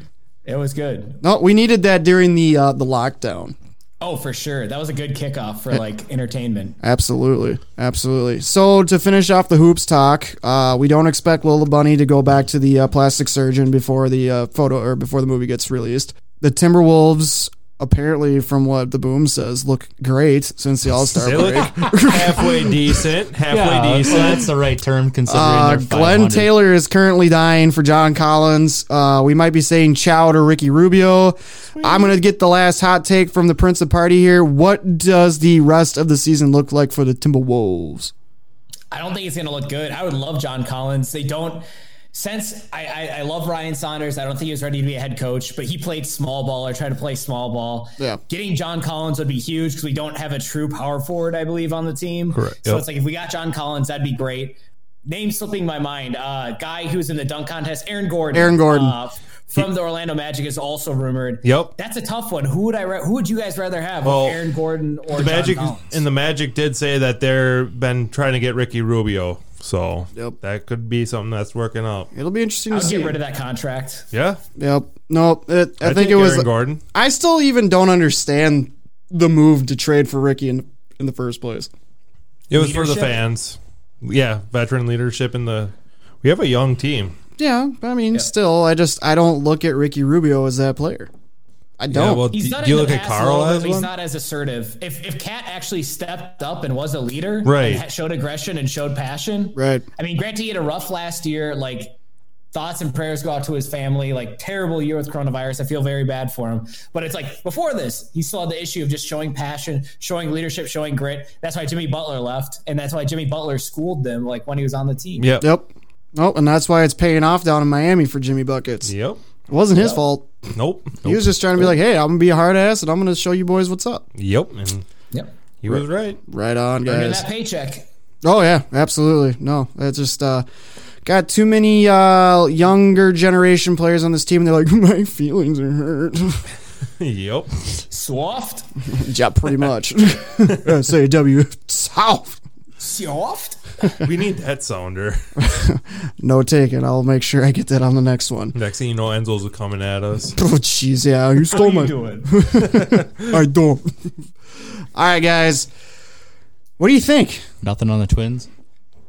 Speaker 7: It was good.
Speaker 4: No, we needed that during the uh, the lockdown.
Speaker 7: Oh, for sure. That was a good kickoff for like entertainment.
Speaker 4: Absolutely. Absolutely. So, to finish off the hoops talk, uh, we don't expect Lola Bunny to go back to the uh, plastic surgeon before the uh, photo or before the movie gets released. The Timberwolves, apparently, from what the boom says, look great since the All Star
Speaker 5: They look
Speaker 4: break.
Speaker 5: halfway decent. Halfway
Speaker 8: Yeah, that's,
Speaker 5: decent.
Speaker 8: that's the right term considering
Speaker 4: Uh,
Speaker 8: they're
Speaker 4: Glenn
Speaker 8: 500.
Speaker 4: Taylor is currently dying for John Collins. Uh, we might be saying ciao to Ricky Rubio. I'm going to get the last hot take from the Prince of Party here. What does the rest of the season look like for the Timberwolves?
Speaker 7: I don't think it's going to look good. I would love John Collins. They don't. Since I, I, I love Ryan Saunders, I don't think he was ready to be a head coach, but he played small ball or tried to play small ball.
Speaker 4: Yeah.
Speaker 7: Getting John Collins would be huge because we don't have a true power forward, I believe, on the team.
Speaker 5: Correct.
Speaker 7: So
Speaker 5: Yep.
Speaker 7: it's like if we got John Collins, that'd be great. Name slipping my mind. Uh, guy who's in the dunk contest, Aaron Gordon.
Speaker 4: Aaron Gordon.
Speaker 7: Uh, from the Orlando Magic is also rumored.
Speaker 5: Yep.
Speaker 7: That's a tough one. Who would I? Ra- who would you guys rather have?
Speaker 5: Well,
Speaker 7: Aaron Gordon or
Speaker 5: the Magic
Speaker 7: John Collins?
Speaker 5: and the Magic did say that they're been trying to get Ricky Rubio, so
Speaker 4: Yep.
Speaker 5: that could be something that's working out.
Speaker 4: It'll be interesting
Speaker 7: I'd
Speaker 4: to see.
Speaker 7: get rid of that contract.
Speaker 5: Yeah,
Speaker 4: Yep. No, it, I, think, it was.
Speaker 5: Aaron Gordon.
Speaker 4: I still even don't understand the move to trade for Ricky in, in the first place.
Speaker 5: It was for the
Speaker 7: Leadership?
Speaker 5: fans. Yeah, veteran leadership in the. We have a young team.
Speaker 4: Yeah, but I mean, still, I just I don't look at Ricky Rubio as that player. I don't.
Speaker 5: well,
Speaker 7: He's
Speaker 5: do
Speaker 7: done it
Speaker 5: do you
Speaker 7: in
Speaker 5: look
Speaker 7: the
Speaker 5: at
Speaker 7: past
Speaker 5: Carl
Speaker 7: a little bit,
Speaker 5: as
Speaker 7: but He's
Speaker 5: one?
Speaker 7: not as assertive. If if Cat actually stepped up and was a leader,
Speaker 5: Right.
Speaker 7: and ha- showed aggression and showed passion,
Speaker 4: Right.
Speaker 7: I mean, granted, he had a rough last year. Like, thoughts and prayers go out to his family. Like, terrible year with coronavirus. I feel very bad for him. But it's like before this, he saw the issue of just showing passion, showing leadership, showing grit. That's why Jimmy Butler left, and that's why Jimmy Butler schooled them. Like when he was on the team.
Speaker 5: Yep. Yep.
Speaker 4: Yep. Oh, and that's why it's paying off down in Miami for Jimmy Buckets. It wasn't his fault.
Speaker 5: Nope.
Speaker 4: He was just trying to be like, hey, I'm going to be a hard ass and I'm going to show you boys what's up.
Speaker 5: Yep. And
Speaker 7: Yep.
Speaker 5: he was right.
Speaker 4: Right on,
Speaker 7: And
Speaker 4: guys.
Speaker 7: that paycheck.
Speaker 4: Oh, yeah, absolutely. No, it's just uh, got too many uh, younger generation players on this team. And they're like, my feelings are hurt.
Speaker 5: yep.
Speaker 7: Swaft.
Speaker 4: yeah, pretty much. Say W South.
Speaker 7: Swaft.
Speaker 5: we need that sounder.
Speaker 4: No taken. I'll make sure I get that on the next one.
Speaker 5: Next thing you know, Enzo's coming at us.
Speaker 4: Oh, jeez, yeah. You stole my.
Speaker 7: doing?
Speaker 4: I don't. All right, guys. What do you think?
Speaker 8: Nothing on the Twins.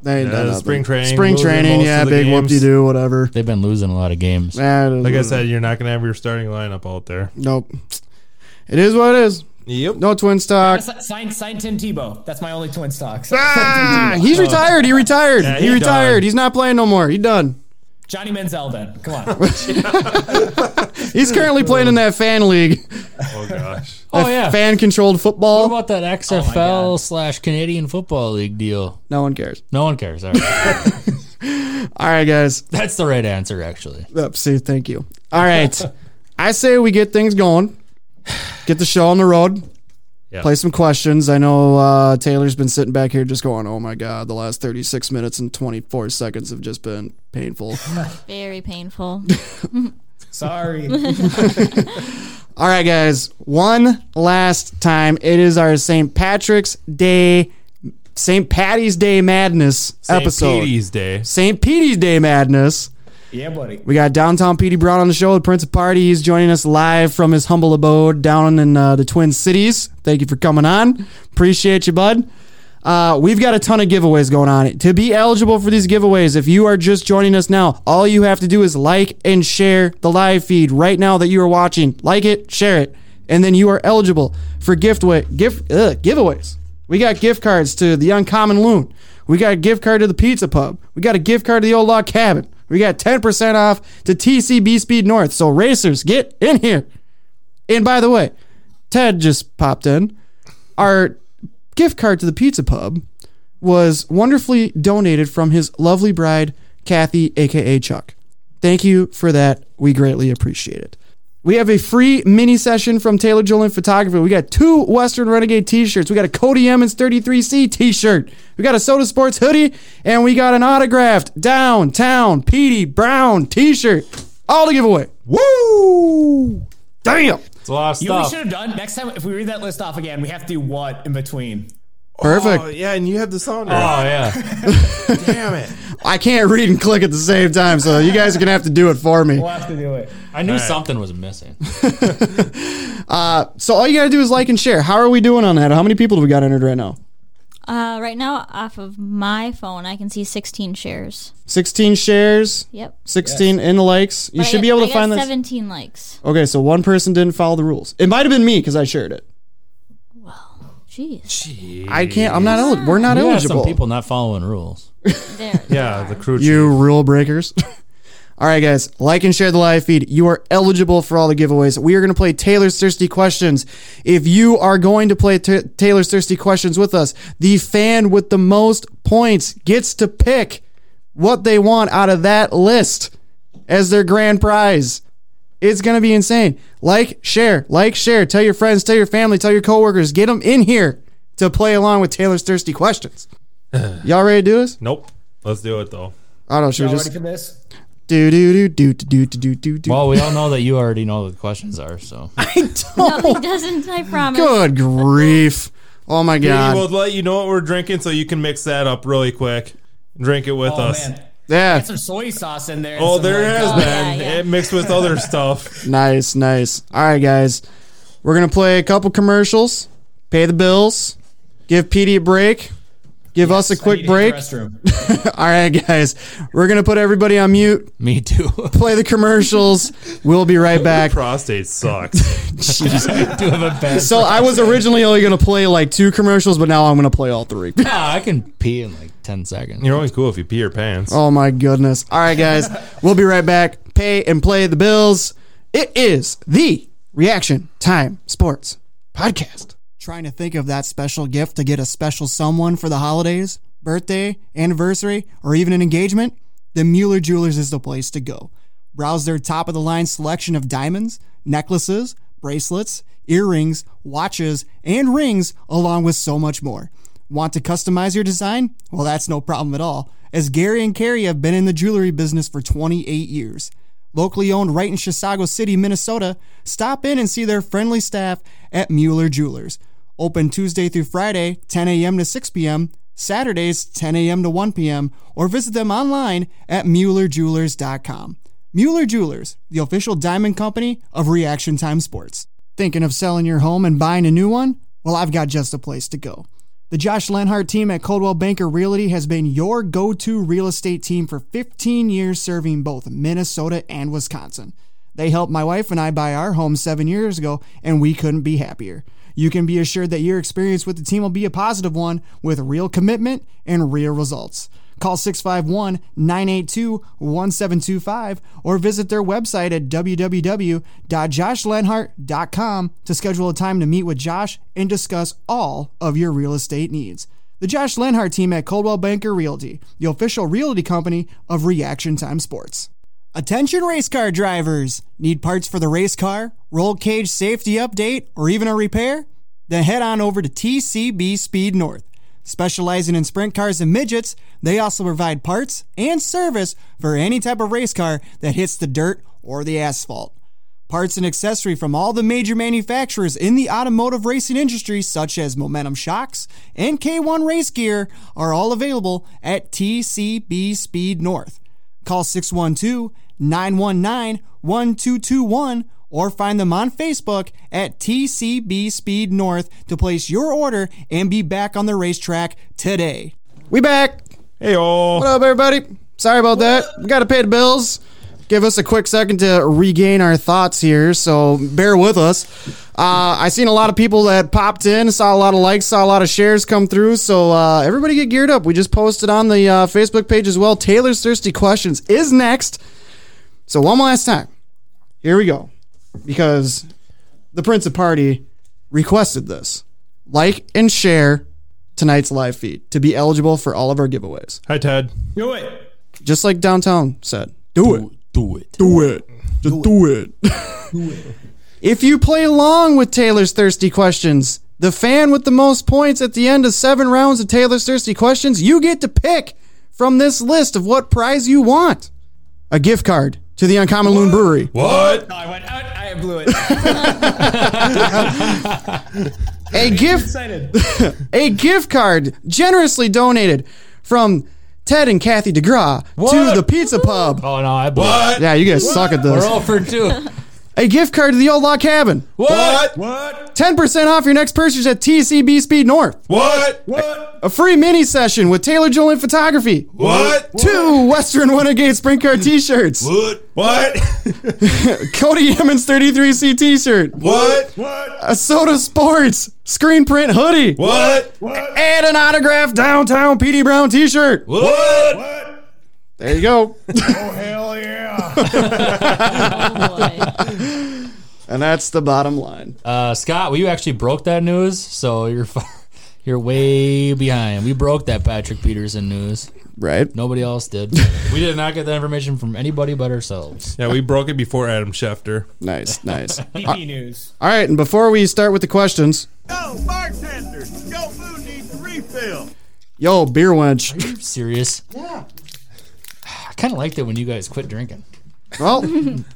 Speaker 4: They ain't
Speaker 5: Yeah,
Speaker 4: done nothing.
Speaker 5: spring training,
Speaker 4: Spring
Speaker 5: losing
Speaker 4: training,
Speaker 5: most
Speaker 4: yeah.
Speaker 5: of the
Speaker 4: Big whoop
Speaker 5: games.
Speaker 4: de doo, whatever.
Speaker 8: They've been losing a lot of games.
Speaker 5: Like I said, you're not going to have your starting lineup out there.
Speaker 4: nope. It is what it is.
Speaker 5: Yep.
Speaker 4: No twin stock.
Speaker 7: Sign, sign Tim Tebow. That's my only twin stock.
Speaker 4: Ah, he's retired. He retired.
Speaker 5: Yeah,
Speaker 4: he
Speaker 5: he
Speaker 4: retired.
Speaker 5: done.
Speaker 4: He's not playing no more. He done.
Speaker 7: Johnny Manziel. Then come on.
Speaker 4: He's currently playing in that fan league,
Speaker 5: Oh, gosh.
Speaker 8: Oh yeah.
Speaker 4: fan controlled
Speaker 8: what
Speaker 4: football.
Speaker 8: about that XFL slash Canadian Football League deal?
Speaker 4: No one cares.
Speaker 8: No one cares. All right.
Speaker 4: All right, guys.
Speaker 8: That's the right answer, actually.
Speaker 4: Up, see, thank you. All right. I say we get things going. Get the show on the road.
Speaker 5: Yeah.
Speaker 4: Play some questions. I know uh, Taylor's been sitting back here just going, oh my God, the last 36 minutes and 24 seconds have just been painful.
Speaker 6: Very painful.
Speaker 7: Sorry.
Speaker 4: All right, guys. One last time. It is our St. Patrick's Day, St. Patty's Day Madness
Speaker 5: St.
Speaker 4: episode.
Speaker 5: Petey's Day.
Speaker 4: St. Petey's Day Madness.
Speaker 7: yeah, buddy.
Speaker 4: We got downtown Petey Brown on the show, the Prince of Party. He's joining us live from his humble abode down in uh, the Twin Cities. Thank you for coming on. Appreciate you, bud. Uh, we've got a ton of giveaways going on. To be eligible for these giveaways, if you are just joining us now, all you have to do is like and share the live feed right now that you are watching. Like it, share it, and then you are eligible for gift wa- gift ugh, giveaways. We got gift cards to the Uncommon Loon. We got a gift card to the Pizza Pub. We got a gift card to the Old Log Cabin. We got 10% off to TCB Speed North. So racers, get in here. And by the way, Ted just popped in. Our gift card to the Pizza Pub was wonderfully donated from his lovely bride, Kathy, aka Chuck. Thank you for that. We greatly appreciate it. We have a free mini session from Taylor Jolin Photography. We got two Western Renegade t-shirts. We got a Cody Emmons 33C t-shirt. We got a Soda Sports hoodie. And we got an autographed downtown Petey Brown t-shirt. All to give away. Woo! Damn!
Speaker 5: It's a lot of
Speaker 7: You know what we
Speaker 5: stuff.
Speaker 7: should have done next time if we read that list off again. We have to do what in between.
Speaker 4: Perfect.
Speaker 5: Oh, yeah, and you have the sounder.
Speaker 8: Oh yeah.
Speaker 5: damn it.
Speaker 4: I can't read and click at the same time, so you guys are gonna have to do it for me.
Speaker 7: We'll have to do it.
Speaker 8: I knew something was missing.
Speaker 4: So all you gotta do is like and share. How are we doing on that? How many people do we got entered right now?
Speaker 6: Uh, right now, off of my phone, I can see 16 shares.
Speaker 4: Sixteen shares,
Speaker 6: Yep.
Speaker 4: sixteen in the likes. You
Speaker 6: But I
Speaker 4: should
Speaker 6: got-
Speaker 4: be able
Speaker 6: I
Speaker 4: to
Speaker 6: got
Speaker 4: find this.
Speaker 6: 17 likes.
Speaker 4: Okay, so one person didn't follow the rules. It might have been me because I shared it.
Speaker 6: Jeez.
Speaker 4: I can't. I'm not eligible. We're not
Speaker 8: We got
Speaker 4: eligible.
Speaker 8: some people not following rules.
Speaker 6: There.
Speaker 5: Yeah, the crew.
Speaker 4: You rule breakers. all right, guys, like and share the live feed. You are eligible for all the giveaways. We are going to play Taylor's Thirsty Questions. If you are going to play Ta- Taylor's Thirsty Questions with us, the fan with the most points gets to pick what they want out of that list as their grand prize. It's going to be insane. Like, share, like, share. Tell your friends, tell your family, tell your coworkers. Get them in here to play along with Taylor's Thirsty Questions. Y'all ready to do this?
Speaker 5: Nope. Let's do it, though.
Speaker 4: I don't know. Should we
Speaker 7: Y'all
Speaker 4: just
Speaker 7: ready for this?
Speaker 4: do do do do do do do do do.
Speaker 8: Well, Oh, we all know that you already know what the questions are, so
Speaker 6: No, he doesn't. I promise.
Speaker 4: Good grief! Oh my
Speaker 5: Petey, We'll
Speaker 4: god!
Speaker 5: let you know what we're drinking so you can mix that up really quick. Drink it with
Speaker 7: Oh
Speaker 5: us.
Speaker 7: man,
Speaker 4: Yeah,
Speaker 7: Got some soy sauce in there. and
Speaker 5: Oh,
Speaker 7: some,
Speaker 5: there
Speaker 7: like, uh,
Speaker 5: it has
Speaker 6: Oh, yeah,
Speaker 5: been.
Speaker 6: yeah.
Speaker 5: It mixed with other stuff.
Speaker 4: nice, nice. All right, guys, we're gonna play a couple commercials, pay the bills, give Petey a break, give us a quick
Speaker 7: need to
Speaker 4: break.
Speaker 7: hit the restroom.
Speaker 4: All right, guys, we're gonna put everybody on mute.
Speaker 8: Me too.
Speaker 4: Play the commercials. We'll be right back.
Speaker 5: Prostate sucks.
Speaker 8: I do have a bad.
Speaker 4: So I was originally only gonna play like two commercials, but now I'm gonna play all three.
Speaker 8: Ah, I can pee in like ten seconds.
Speaker 5: You're always cool if you pee your pants.
Speaker 4: Oh my goodness! All right, guys, we'll be right back. Pay and play the bills. It is the Reaction Time Sports Podcast. Trying to think of that special gift to get a special someone for the holidays, birthday, anniversary, or even an engagement? Then Mueller Jewelers is the place to go. Browse their top of the line selection of diamonds, necklaces, bracelets, earrings, watches, and rings, along with so much more. Want to customize your design? Well, that's no problem at all, as Gary and Carrie have been in the jewelry business for 28 years. Locally owned right in Chisago City, Minnesota, stop in and see their friendly staff at Mueller Jewelers. Open Tuesday through Friday, 10 a.m. to 6 p.m., Saturdays, 10 a.m. to 1 p.m., or visit them online at MuellerJewelers.com. Mueller Jewelers, the official diamond company of Reaction Time Sports. Thinking of selling your home and buying a new one? Well, I've got just a place to go. The Josh Lenhart team at Coldwell Banker Realty has been your go to real estate team for 15 years, serving both Minnesota and Wisconsin. They helped my wife and I buy our home seven years ago, and we couldn't be happier. You can be assured that your experience with the team will be a positive one with real commitment and real results. Call 651 982 1725 or visit their website at www.joshlenhart.com to schedule a time to meet with Josh and discuss all of your real estate needs. The Josh Lenhart team at Coldwell Banker Realty, the official realty company of Reaction Time Sports. Attention race car drivers! Need parts for the race car, roll cage safety update, or even a repair? Then head on over to TCB Speed North. Specializing in sprint cars and midgets, they also provide parts and service for any type of race car that hits the dirt or the asphalt. Parts and accessory from all the major manufacturers in the automotive racing industry, such as Momentum Shocks and K1 Race Gear, are all available at TCB Speed North. Call 612 919 1221 or find them on Facebook at TCB Speed North to place your order and be back on the racetrack today. We back.
Speaker 5: Hey, oh.
Speaker 4: What up, everybody? Sorry about that. We got to pay the bills. Give us a quick second to regain our thoughts here, so bear with us. Uh, I seen a lot of people that popped in, saw a lot of likes, saw a lot of shares come through. So uh, everybody get geared up. We just posted on the uh, Facebook page as well. Taylor's thirsty questions is next. So one last time, here we go, because the Prince of Party requested this. Like and share tonight's live feed to be eligible for all of our giveaways
Speaker 5: Hi, Ted.
Speaker 7: Do it.
Speaker 4: just like downtown said. Do it.
Speaker 8: Do it.
Speaker 4: Do it. Just do it. if you play along with Taylor's thirsty questions, the fan with the most points at the end of seven rounds of Taylor's thirsty questions, you get to pick from this list of what prize you want. A gift card to the Uncommon Loon Brewery.
Speaker 5: What?
Speaker 7: Oh, I went out. I blew it.
Speaker 4: A gift
Speaker 7: Excited.
Speaker 4: a gift card generously donated from Ted and Kathy DeGraw to
Speaker 5: What?
Speaker 4: the pizza pub.
Speaker 8: Oh no, I blew it.
Speaker 5: What?
Speaker 4: Yeah, you guys suck at
Speaker 8: We're
Speaker 4: this.
Speaker 8: all for two.
Speaker 4: A gift card to the Old Log Cabin.
Speaker 5: What? What?
Speaker 4: 10% off your next purchase at TCB Speed North.
Speaker 5: What? What?
Speaker 4: A free mini session with Taylor Jolin Photography.
Speaker 5: What?
Speaker 4: Two Western Renegade Sprint Car t shirts.
Speaker 5: What? What?
Speaker 4: Cody Emmons 33C t shirt.
Speaker 5: What? What?
Speaker 4: A Soda Sports screen print hoodie.
Speaker 5: What? What?
Speaker 4: And an autographed downtown PD Brown t shirt.
Speaker 5: What? What?
Speaker 4: There you go.
Speaker 5: Oh hell yeah!
Speaker 4: and that's the bottom line.
Speaker 8: Uh, Scott, well, you actually broke that news, so you're far, you're way behind. We broke that Patrick Peterson news.
Speaker 4: Right?
Speaker 8: Nobody else did. we did not get that information from anybody but ourselves.
Speaker 5: yeah, we broke it before Adam Schefter.
Speaker 4: Nice, nice. All
Speaker 7: PP news.
Speaker 4: right, and before we start with the questions,
Speaker 3: Yo, bartender, yo, food needs a refill.
Speaker 4: yo, beer wench.
Speaker 8: Are you serious? Yeah. I kind of liked it when you guys quit drinking.
Speaker 4: Well,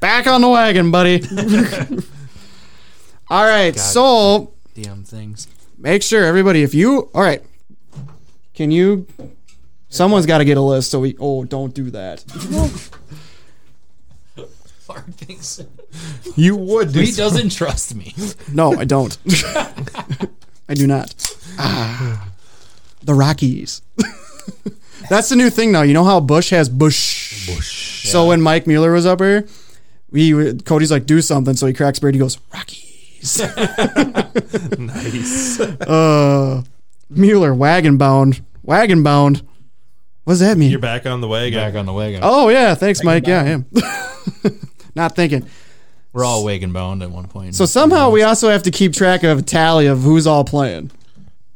Speaker 4: back on the wagon, buddy. all right, so
Speaker 8: Damn things.
Speaker 4: make sure everybody, if you, all right, can you? Someone's got to get a list, so we. Oh, don't do that.
Speaker 8: Fart things.
Speaker 5: You would.
Speaker 8: He doesn't trust me.
Speaker 4: No, I don't. I do not. Ah. the Rockies. That's the new thing now. You know how Bush has Bush. Bush. So when Mike Mueller was up here, we Cody's like, do something. So he cracks beard. He goes Rockies.
Speaker 5: nice.
Speaker 4: uh, Mueller wagon bound. Wagon bound. What does that mean?
Speaker 5: You're back on the wagon.
Speaker 8: Back on the wagon.
Speaker 4: Oh yeah, thanks, Mike. Yeah, I am. Not thinking.
Speaker 8: We're all wagon bound at one point.
Speaker 4: So somehow we also have to keep track of a tally of who's all playing,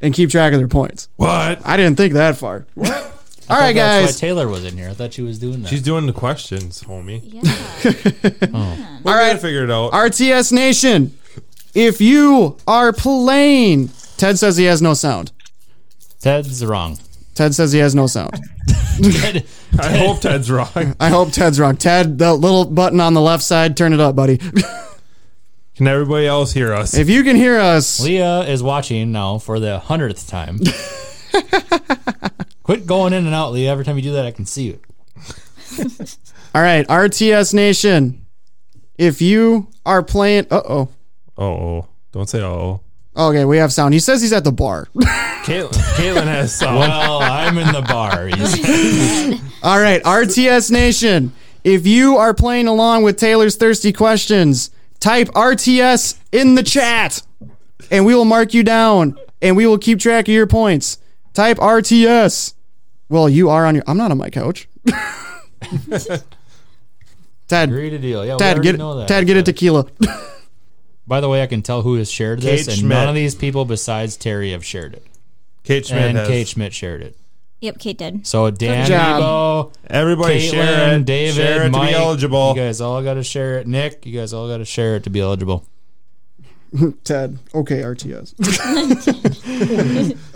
Speaker 4: and keep track of their points.
Speaker 5: What?
Speaker 4: I didn't think that far.
Speaker 8: I
Speaker 4: all right,
Speaker 8: thought that's
Speaker 4: guys.
Speaker 8: Why Taylor was in here. I thought she was doing that.
Speaker 5: She's doing the questions, homie.
Speaker 6: Yeah.
Speaker 5: All
Speaker 4: right.
Speaker 5: right, figure it out.
Speaker 4: RTS Nation, if you are playing, Ted says he has no sound.
Speaker 8: Ted's wrong.
Speaker 4: Ted says he has no sound.
Speaker 8: Ted,
Speaker 5: I hope Ted's wrong.
Speaker 4: I hope Ted's wrong. Ted, the little button on the left side, turn it up, buddy.
Speaker 5: Can everybody else hear us?
Speaker 4: if you can hear us,
Speaker 8: Leah is watching now for the hundredth time. Quit going in and out, Leah. Every time you do that, I can see you.
Speaker 4: all right, RTS Nation, if you are playing, uh oh.
Speaker 5: Oh, oh, don't say oh.
Speaker 4: Okay, we have sound. He says he's at the bar.
Speaker 5: Caitlin, Caitlin has some.
Speaker 8: Well, I'm in the bar. He's-
Speaker 4: All right, RTS Nation, if you are playing along with Taylor's thirsty questions, type RTS in the chat and we will mark you down and we will keep track of your points. Type RTS. Well, you are on your I'm not on my couch. Tad,
Speaker 8: Agree to deal. Yeah, we
Speaker 4: Tad,
Speaker 8: already
Speaker 4: get
Speaker 8: know that.
Speaker 4: Tad, get a tequila.
Speaker 8: By the way, I can tell who has shared this,
Speaker 5: Kate
Speaker 8: and
Speaker 5: Schmidt.
Speaker 8: none of these people besides Terry have shared it.
Speaker 5: Kate Schmidt
Speaker 8: and
Speaker 5: has.
Speaker 8: Kate Schmidt shared it.
Speaker 6: Yep, Kate did.
Speaker 8: So Dan,
Speaker 4: Good job.
Speaker 8: Ebo,
Speaker 5: Everybody share
Speaker 8: Caitlin,
Speaker 5: it.
Speaker 8: David,
Speaker 5: share it
Speaker 8: Mike,
Speaker 5: to be eligible.
Speaker 8: You guys all got to share it. Nick, you guys all got to share it to be eligible.
Speaker 4: Tad, okay, RTS.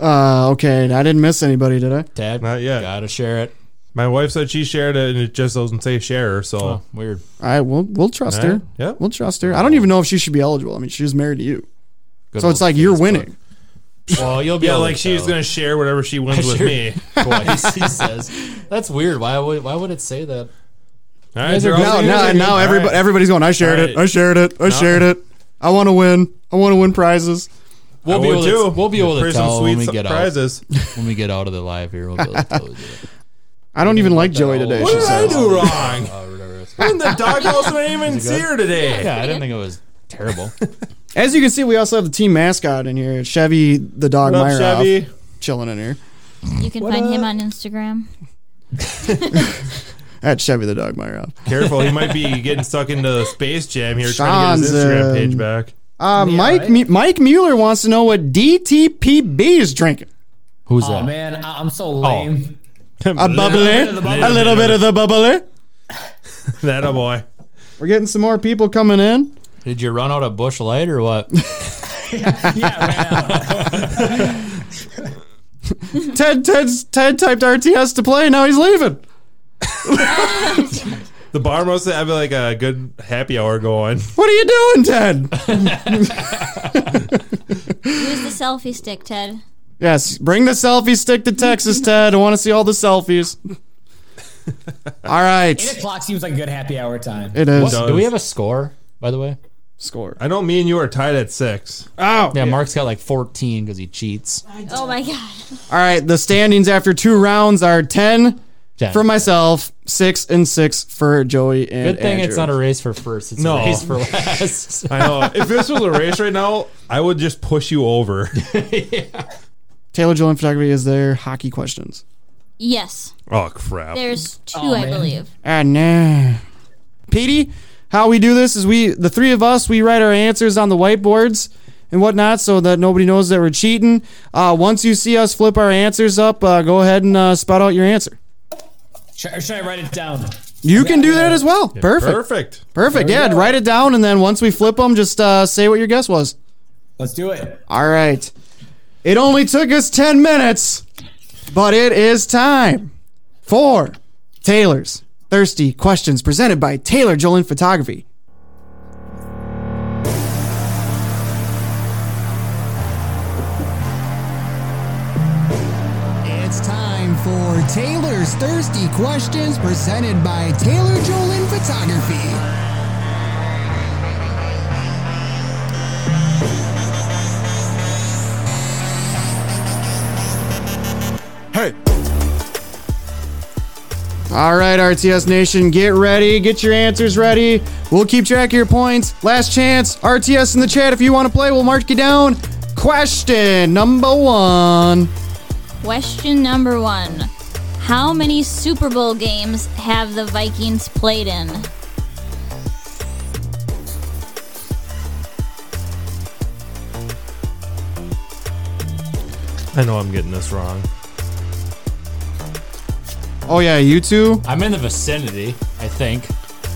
Speaker 4: uh, okay, I didn't miss anybody, did I?
Speaker 8: Tad,
Speaker 5: Not yet.
Speaker 8: Got to share it.
Speaker 5: My wife said she shared it, and it just doesn't say share. So
Speaker 8: Oh, weird.
Speaker 4: All right, we'll we'll trust
Speaker 5: All right,
Speaker 4: her.
Speaker 5: yep.
Speaker 4: we'll trust her. I don't even know if she should be eligible. I mean, she's married to you,
Speaker 8: Good
Speaker 4: so
Speaker 8: old
Speaker 4: it's like you're
Speaker 8: Facebook.
Speaker 4: winning.
Speaker 8: Well, you'll be
Speaker 5: yeah,
Speaker 8: able
Speaker 5: like
Speaker 8: to
Speaker 5: she's
Speaker 8: tell.
Speaker 5: gonna share whatever she wins with
Speaker 8: Sure.
Speaker 5: me.
Speaker 8: twice. He says that's weird. Why would why would it say that?
Speaker 5: All right, they're all
Speaker 4: No,
Speaker 5: together.
Speaker 4: no, no.
Speaker 5: All right.
Speaker 4: Everybody, everybody's going. I shared
Speaker 5: All right.
Speaker 4: it. I shared it. I shared it. I want to win. I want to win prizes.
Speaker 8: We'll
Speaker 5: I
Speaker 8: be
Speaker 5: would
Speaker 8: able to.
Speaker 5: too.
Speaker 8: We'll be able to
Speaker 5: There's some
Speaker 8: tell when we
Speaker 5: sweet
Speaker 8: get out
Speaker 5: surprises.
Speaker 8: when we get out of the live here. We'll be able to tell you.
Speaker 4: I don't even like Joey
Speaker 8: all-
Speaker 4: today.
Speaker 5: What
Speaker 4: She
Speaker 5: did I
Speaker 4: says.
Speaker 5: do wrong?
Speaker 8: or Oh, whatever. it's-
Speaker 5: And the doghouse didn't even see her today.
Speaker 8: Yeah, I didn't think it was terrible.
Speaker 4: As you can see, we also have the team mascot in here. Chevy the dog
Speaker 5: What up,
Speaker 4: Myeroff,
Speaker 5: Chevy?
Speaker 4: chilling in here
Speaker 6: You can find him on Instagram.
Speaker 4: at Chevy the dog Myeroff.
Speaker 5: Careful, he might be getting stuck into the Space Jam here, trying to get his
Speaker 4: Johnson.
Speaker 5: Instagram page back.
Speaker 4: Uh, Mike Mu- Mike Mueller wants to know what DTPB is drinking.
Speaker 8: Who's
Speaker 7: Oh
Speaker 8: that?
Speaker 7: man, I, I'm so lame.
Speaker 4: A bubbler, a little bit of the bubbler.
Speaker 5: That a boy.
Speaker 4: We're getting some more people coming in.
Speaker 8: Did you run out of bush light or what?
Speaker 7: Yeah, right now.
Speaker 4: Ted Ted's Ted typed RTS to play. Now he's leaving.
Speaker 5: The bar must have like a good happy hour going.
Speaker 4: What are you doing, Ted?
Speaker 6: Use the selfie stick, Ted.
Speaker 4: yes, bring the selfie stick to Texas, Ted. I want to see all the selfies. All right,
Speaker 7: Eight o'clock seems like a good happy hour time.
Speaker 4: it is
Speaker 5: What? Oh.
Speaker 8: Do we have a score? By the way,
Speaker 4: score.
Speaker 5: I know me and you are tied at six.
Speaker 4: Oh,
Speaker 8: yeah, Mark's got like 14 because he cheats.
Speaker 6: Oh my god.
Speaker 4: all right. The standings after two rounds are ten
Speaker 8: Jen.
Speaker 4: for myself, six and six for Joey and
Speaker 8: Good thing
Speaker 4: Andrew.
Speaker 8: it's not a race for first. It's
Speaker 5: No.
Speaker 8: a race for last.
Speaker 5: I know. If this was a race right now, I would just push you over.
Speaker 4: Taylor Jolin Photography is there. Hockey questions.
Speaker 6: Yes.
Speaker 5: Oh crap!
Speaker 6: There's two,
Speaker 7: Oh,
Speaker 6: I
Speaker 7: man.
Speaker 6: believe.
Speaker 4: Ah, nah. Petey, how we do this is we, the three of us, we write our answers on the whiteboards and whatnot so that nobody knows that we're cheating. Uh, once you see us flip our answers up, uh, go ahead and uh, spout out your answer.
Speaker 7: Should, or should I write it down?
Speaker 4: You can do that as well. Perfect. Perfect.
Speaker 5: Perfect.
Speaker 4: Yeah, write it down. And then once we flip them, just uh, say what your guess was.
Speaker 7: Let's do it.
Speaker 4: All right. It only took us 10 minutes, but it is time for Taylor's Thirsty Questions presented by Taylor Jolin Photography.
Speaker 11: It's time for Taylor's Thirsty Questions presented by Taylor Jolin Photography.
Speaker 4: All right, RTS Nation, get ready. Get your answers ready. We'll keep track of your points. Last chance. RTS in the chat if you want to play, we'll mark you down. Question number one.
Speaker 6: Question number one How many Super Bowl games have the Vikings played in?
Speaker 5: I know I'm getting this wrong.
Speaker 4: Oh yeah, you two.
Speaker 8: I'm in the vicinity, I think.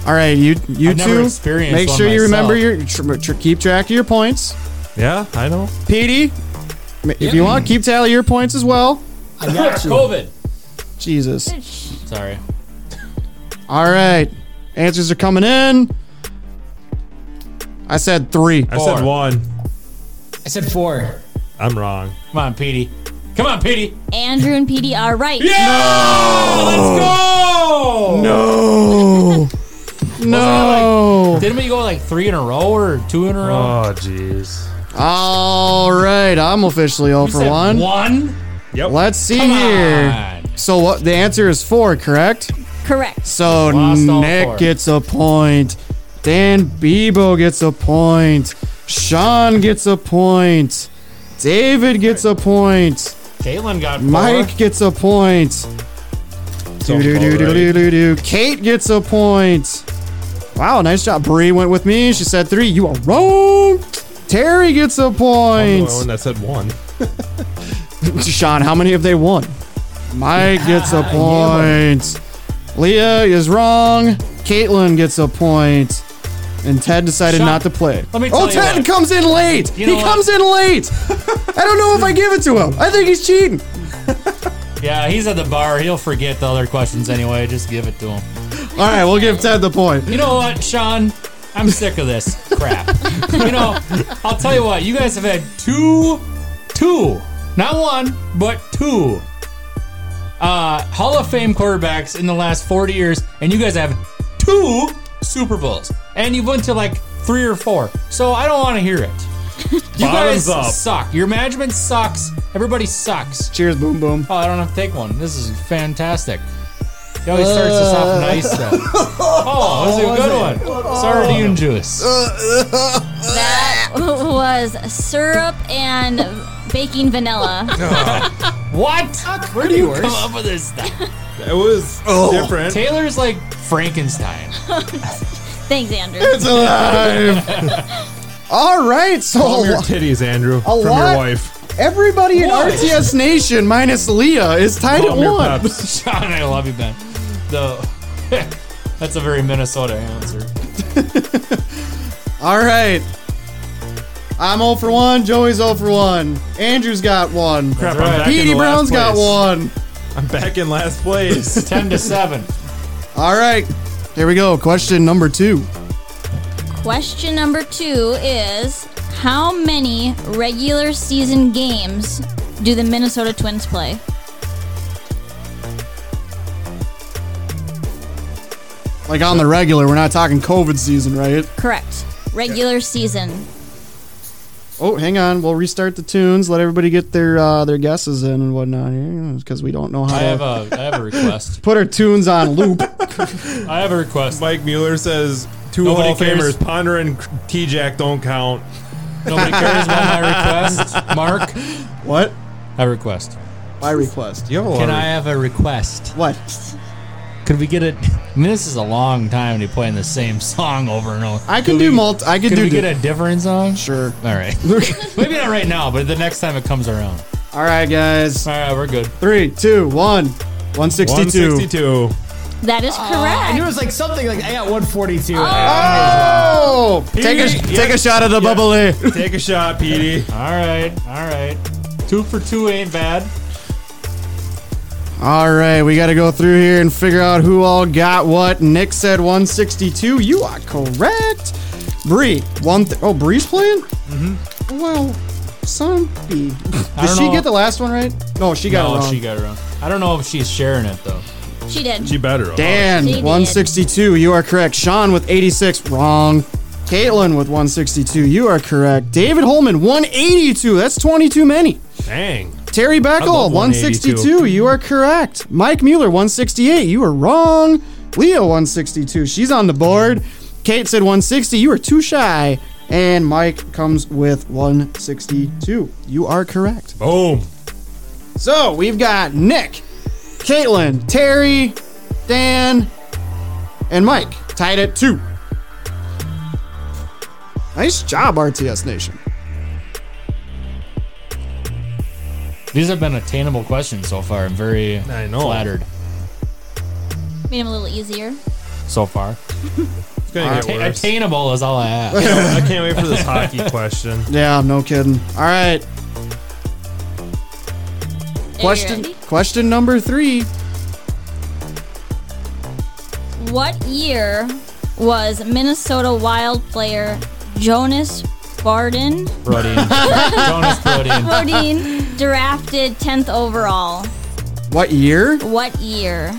Speaker 4: All right, you you
Speaker 8: I've
Speaker 4: two.
Speaker 8: never experienced
Speaker 4: Make
Speaker 8: one
Speaker 4: sure you remember
Speaker 8: myself.
Speaker 4: your tr- tr- keep track of your points.
Speaker 5: Yeah, I know.
Speaker 4: PD, m- if you want, keep tally of your points as well.
Speaker 8: I got you. COVID.
Speaker 4: Jesus.
Speaker 8: Sorry.
Speaker 4: All right, answers are coming in. I said three.
Speaker 5: I said one.
Speaker 7: I said four.
Speaker 5: I'm wrong.
Speaker 8: Come on, Petey. Come on, Petey.
Speaker 6: Andrew and PD are right.
Speaker 8: Let's go.
Speaker 4: No. no.
Speaker 8: Didn't we go like three in a row or two in a row?
Speaker 5: Oh, jeez.
Speaker 4: All right, I'm officially 0 for
Speaker 8: Said
Speaker 4: one.
Speaker 8: One.
Speaker 5: Yep.
Speaker 4: Let's see
Speaker 8: Come
Speaker 4: here.
Speaker 8: on.
Speaker 4: So what? The answer is four, correct?
Speaker 6: Correct.
Speaker 4: So
Speaker 8: Lost all
Speaker 4: Nick
Speaker 8: four.
Speaker 4: gets a point. Dan Bebo gets a point. Sean gets a point. David gets a point.
Speaker 8: Caitlin got four.
Speaker 4: Mike gets a point. Do do do do do do do. Kate gets a point. Wow, nice job. Bree went with me. She said three. You are wrong. Terry gets a
Speaker 5: I'm
Speaker 4: point.
Speaker 5: the one that said one.
Speaker 4: Sean, how many have they won? Mike gets a point. Leah is wrong. Caitlin gets a point. And Ted decided
Speaker 8: Sean,
Speaker 4: not to play.
Speaker 8: let me tell
Speaker 4: oh,
Speaker 8: you
Speaker 4: Ted
Speaker 8: what.
Speaker 4: comes in late.
Speaker 8: You
Speaker 4: he
Speaker 8: know what?
Speaker 4: comes in late. I don't know if I give it to him. I think he's cheating.
Speaker 8: Yeah, he's at the bar. He'll forget the other questions anyway. Just give it to him.
Speaker 4: All right, we'll give Ted the point.
Speaker 8: You know what, Sean? I'm sick of this crap. you know, I'll tell you what. You guys have had two, two, not one, but two uh, Hall of Fame quarterbacks in the last 40 years, and you guys have two Super Bowls, and you've went to like three or four. So I don't want to hear it. You
Speaker 5: Bottoms
Speaker 8: guys
Speaker 5: up.
Speaker 8: suck. Your management sucks. Everybody sucks.
Speaker 4: Cheers, boom, boom.
Speaker 8: Oh, I don't have to take one. This is fantastic. He always starts us off nice, though. Oh, this is a good one. Sardine juice.
Speaker 6: That was syrup and baking vanilla.
Speaker 8: What? Where do you come up with this stuff?
Speaker 5: It was
Speaker 4: Oh.
Speaker 5: different.
Speaker 8: Taylor's like Frankenstein.
Speaker 6: Thanks, Andrew.
Speaker 4: It's alive. All right, so
Speaker 5: From your titties, Andrew. from
Speaker 4: lot?
Speaker 5: your wife.
Speaker 4: everybody in RTS Nation minus Leah is tied at
Speaker 5: From your
Speaker 4: one.
Speaker 5: peps.
Speaker 8: Sean, I love you, Ben. Though, that's a very Minnesota answer.
Speaker 4: All right. I'm 0 for 1. Joey's 0 for 1. Andrew's got 1.
Speaker 5: Crap,
Speaker 8: That's right.
Speaker 5: I'm back in
Speaker 4: Petey
Speaker 5: the last
Speaker 4: Brown's got
Speaker 5: place.
Speaker 4: 1.
Speaker 5: I'm back in last place.
Speaker 8: Ten to seven.
Speaker 4: All right. Here we go. Question number 2.
Speaker 6: Question number two is How many regular season games do the Minnesota Twins play?
Speaker 4: Like on the regular, we're not talking COVID season, right?
Speaker 6: Correct. Regular season.
Speaker 4: Oh, hang on. We'll restart the tunes. Let everybody get their uh, their guesses in and whatnot here because we don't know how
Speaker 8: I have
Speaker 4: to
Speaker 8: a, I have a request.
Speaker 4: put our tunes on loop.
Speaker 8: I have a request.
Speaker 5: Mike Mueller says two
Speaker 8: Nobody
Speaker 5: Hall of
Speaker 8: cares.
Speaker 5: Famers, Ponder and T Jack, don't count.
Speaker 8: Nobody cares about my request. Mark,
Speaker 4: what?
Speaker 8: I request.
Speaker 4: My request.
Speaker 5: You have a lot
Speaker 8: Can
Speaker 5: of-
Speaker 8: I have a request?
Speaker 4: What?
Speaker 8: Could we get it? I mean, this is a long time to be playing the same song over and over.
Speaker 4: I can
Speaker 8: Could
Speaker 4: do
Speaker 8: we-
Speaker 4: multi. I can
Speaker 8: Could
Speaker 4: do.
Speaker 8: we
Speaker 4: di-
Speaker 8: get a different song?
Speaker 4: sure.
Speaker 8: All right. Maybe not right now, but the next time it comes around.
Speaker 4: All right, guys.
Speaker 8: All right, we're good.
Speaker 4: Three, two, one. 162.
Speaker 5: 162.
Speaker 6: That is
Speaker 7: I knew it
Speaker 6: correct.
Speaker 7: was like something like I got 142.
Speaker 4: Oh! Take a,
Speaker 5: Petey,
Speaker 4: take a shot of the bubbly.
Speaker 5: Take a shot, Petey.
Speaker 8: All right, all right. Two for two ain't bad.
Speaker 4: All right, we got to go through here and figure out who all got what. Nick said 162. You are correct. Bree, one. Th- oh, Bree's playing. Mm-hmm. Well, son, B. Did
Speaker 8: don't
Speaker 4: she
Speaker 8: know.
Speaker 4: get the last one right? No, she got it
Speaker 8: No,
Speaker 4: wrong.
Speaker 8: Oh, she got it wrong. I don't know if she's sharing it though.
Speaker 6: She did.
Speaker 5: She better. Oh, have.
Speaker 4: Dan,
Speaker 6: She did.
Speaker 4: 162. You are correct. Sean with 86. Wrong. Caitlin with 162. You are correct. David Holman, 182. That's 20 too many.
Speaker 5: Dang.
Speaker 4: Terry Beckel,
Speaker 5: love 182.
Speaker 4: 162. You are correct. Mike Mueller, 168. You are wrong. Leah, 162. She's on the board. Kate said 160. You are too shy. And Mike comes with 162. You are correct.
Speaker 5: Boom.
Speaker 4: So we've got Nick, Caitlin, Terry, Dan, and Mike tied at two. Nice job, RTS Nation.
Speaker 8: These have been attainable questions so far. I'm very
Speaker 5: I know.
Speaker 8: flattered
Speaker 6: Made him a little easier.
Speaker 8: so far.
Speaker 5: It's gonna get
Speaker 8: Atta-
Speaker 5: worse.
Speaker 8: attainable is all I ask.
Speaker 5: I can't wait for this hockey question.
Speaker 4: Yeah, no kidding. All right,
Speaker 6: Are you
Speaker 4: question
Speaker 6: ready?
Speaker 4: question number three.
Speaker 6: What year was Minnesota Wild player Jonas Bardin
Speaker 8: Brodean. Jonas Brodean.
Speaker 6: Brodin drafted 10th overall?
Speaker 4: What year?
Speaker 6: What year?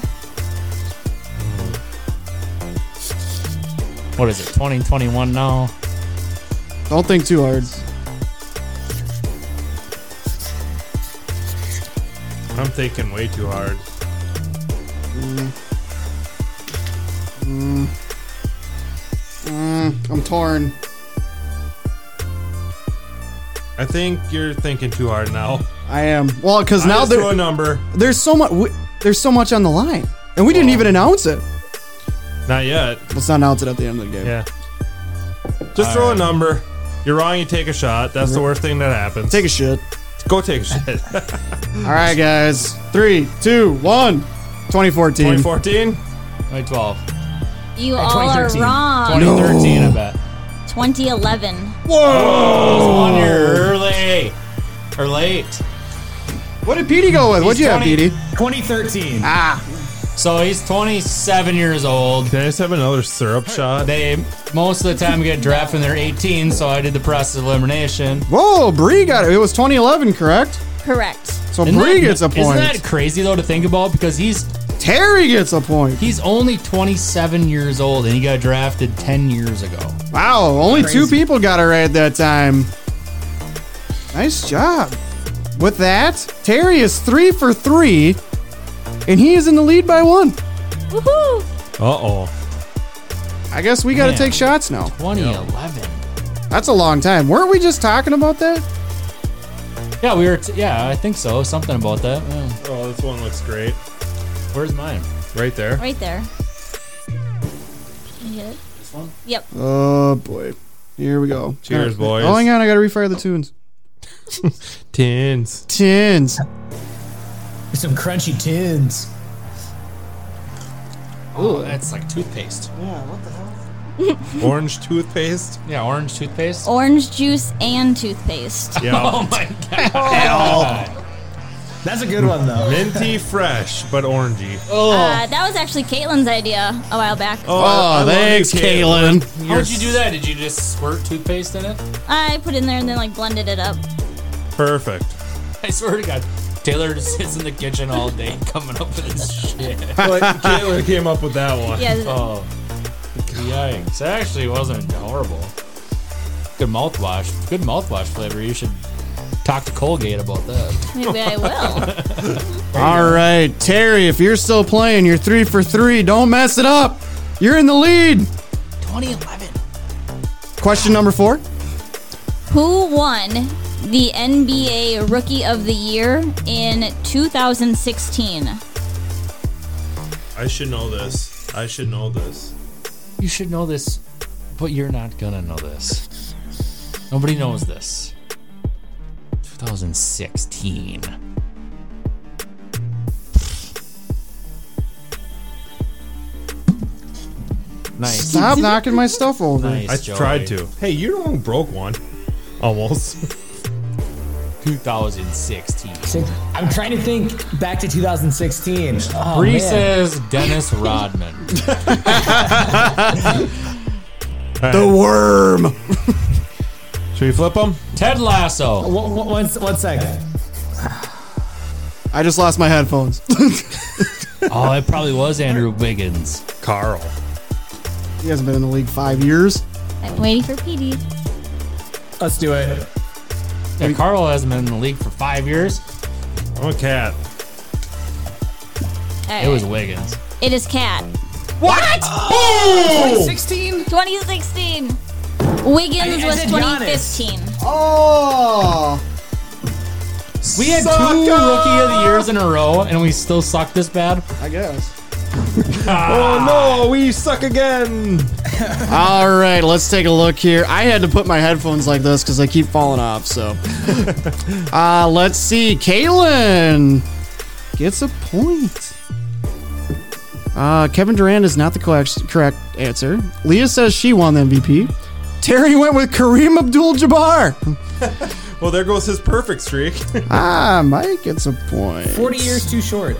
Speaker 8: What is it? 2021 now.
Speaker 4: Don't think too hard.
Speaker 5: I'm thinking way too hard.
Speaker 4: Mm, I'm torn.
Speaker 5: I think you're thinking too hard now.
Speaker 4: I am. Well, because
Speaker 5: Now
Speaker 4: now
Speaker 5: just throw
Speaker 4: there,
Speaker 5: a number.
Speaker 4: there's so much we, there's so much on the line, and we didn't even announce it.
Speaker 5: Not yet.
Speaker 4: Let's not announce it at the end of the game.
Speaker 5: Yeah. Just throw a number. You're wrong. You take a shot. That's the worst thing that happens.
Speaker 4: Take a shit.
Speaker 5: Go take a shit.
Speaker 4: All right, guys. Three, two, one. 2014.
Speaker 5: 2014.
Speaker 8: 2012.
Speaker 6: You all are
Speaker 8: 2013.
Speaker 6: wrong.
Speaker 8: 2013, I bet.
Speaker 6: 2011.
Speaker 8: One year early or late.
Speaker 4: What did Petey go with? What'd you have,
Speaker 8: 20.
Speaker 4: Petey? Ah.
Speaker 7: 2013.
Speaker 8: So he's 27 years old.
Speaker 5: Can I just have another syrup shot?
Speaker 8: They most of the time get drafted when they're 18, so I did the process of elimination.
Speaker 4: Whoa, Bree got it. It was 2011, correct?
Speaker 6: Correct.
Speaker 4: So
Speaker 8: Isn't
Speaker 4: Bree
Speaker 8: that-
Speaker 4: gets a
Speaker 8: Isn't
Speaker 4: point.
Speaker 8: that crazy though to think about? Because he's
Speaker 4: Terry gets a point.
Speaker 8: he's only 27 years old and he got drafted 10 years ago.
Speaker 4: Wow, only two people got it right that time. Nice job. With that, Terry is three for three, and he is in the lead by one.
Speaker 6: Woohoo!
Speaker 5: Uh oh.
Speaker 4: I guess we got to
Speaker 8: Man.
Speaker 4: take shots now.
Speaker 8: 2011.
Speaker 4: That's a long time. Weren't we just talking about that?
Speaker 8: Yeah, we were. T- yeah, I think so. Something about that. Yeah.
Speaker 5: Oh, this one looks great.
Speaker 8: Where's mine?
Speaker 5: Right there.
Speaker 6: Right there. You hit it? This one? Yep.
Speaker 4: Oh boy, here we go.
Speaker 5: Cheers,
Speaker 4: All right.
Speaker 5: boys.
Speaker 4: Oh, hang on, I got to refire the tunes.
Speaker 5: Tins.
Speaker 4: Tins.
Speaker 7: Some crunchy tins.
Speaker 8: Oh, that's like toothpaste.
Speaker 5: Orange toothpaste.
Speaker 8: Yeah, orange toothpaste. Oh
Speaker 6: Orange juice and toothpaste.
Speaker 5: Yeah.
Speaker 8: my god.
Speaker 7: That's a good one though.
Speaker 5: Minty fresh, but orangey.
Speaker 6: Uh, that was actually Caitlin's idea a while back.
Speaker 5: I
Speaker 4: Oh,
Speaker 5: love
Speaker 4: thanks,
Speaker 5: you,
Speaker 4: Caitlin.
Speaker 8: How'd you do that? Did you just squirt toothpaste in it?
Speaker 6: I put in there and then like blended it up.
Speaker 5: Perfect.
Speaker 8: I swear to God, Taylor just sits in the kitchen all day coming up with this shit.
Speaker 5: But Caitlin came up with that one.
Speaker 6: Yeah.
Speaker 8: Oh, yikes! That actually wasn't horrible. Good mouthwash. Good mouthwash flavor. You should talk to Colgate about that.
Speaker 6: Maybe I will.
Speaker 4: All right, Terry, if you're still playing, you're three for three. Don't mess it up. You're in the lead.
Speaker 8: 2011.
Speaker 4: Question number four.
Speaker 6: Who won the NBA Rookie of the Year in 2016?
Speaker 5: I should know this. I should know this.
Speaker 8: You should know this, but you're not gonna know this. Nobody knows this. 2016. Nice.
Speaker 4: Stop knocking my stuff over.
Speaker 8: Nice.
Speaker 5: I
Speaker 8: Joey.
Speaker 5: tried to. Hey, you're the one who broke one. Almost.
Speaker 8: 2016.
Speaker 7: I'm trying to think back to 2016. Oh,
Speaker 8: Bree
Speaker 7: man.
Speaker 8: says Dennis Rodman.
Speaker 4: The worm.
Speaker 5: Should we flip them?
Speaker 8: Ted Lasso.
Speaker 7: One- one- one- one second.
Speaker 4: I just lost my headphones.
Speaker 8: Oh, it probably was Andrew Wiggins.
Speaker 5: Carl.
Speaker 4: He hasn't been in the league five years.
Speaker 6: I'm waiting for PD.
Speaker 7: Let's do it.
Speaker 8: Yeah, Carl hasn't been in the league for five years.
Speaker 5: I'm a cat.
Speaker 6: All
Speaker 8: It was
Speaker 6: right.
Speaker 8: Wiggins.
Speaker 6: It is Cat.
Speaker 7: What?
Speaker 5: Oh!
Speaker 7: 2016?
Speaker 6: 2016. Wiggins
Speaker 7: I- I
Speaker 6: was
Speaker 7: said
Speaker 6: 2015.
Speaker 4: Oh.
Speaker 8: We had two rookie of the years in a row, and we still suck this bad.
Speaker 4: I guess.
Speaker 5: Oh no, we suck again.
Speaker 4: All right, let's take a look here. I had to put my headphones like this because they keep falling off. So, uh, let's see. Kalen gets a point. Uh, Kevin Durant is not the correct, correct answer. Leah says she won the MVP. Terry went with Kareem Abdul-Jabbar.
Speaker 5: Well, there goes his perfect streak.
Speaker 4: Ah, Mike gets a point.
Speaker 7: 40 years too short.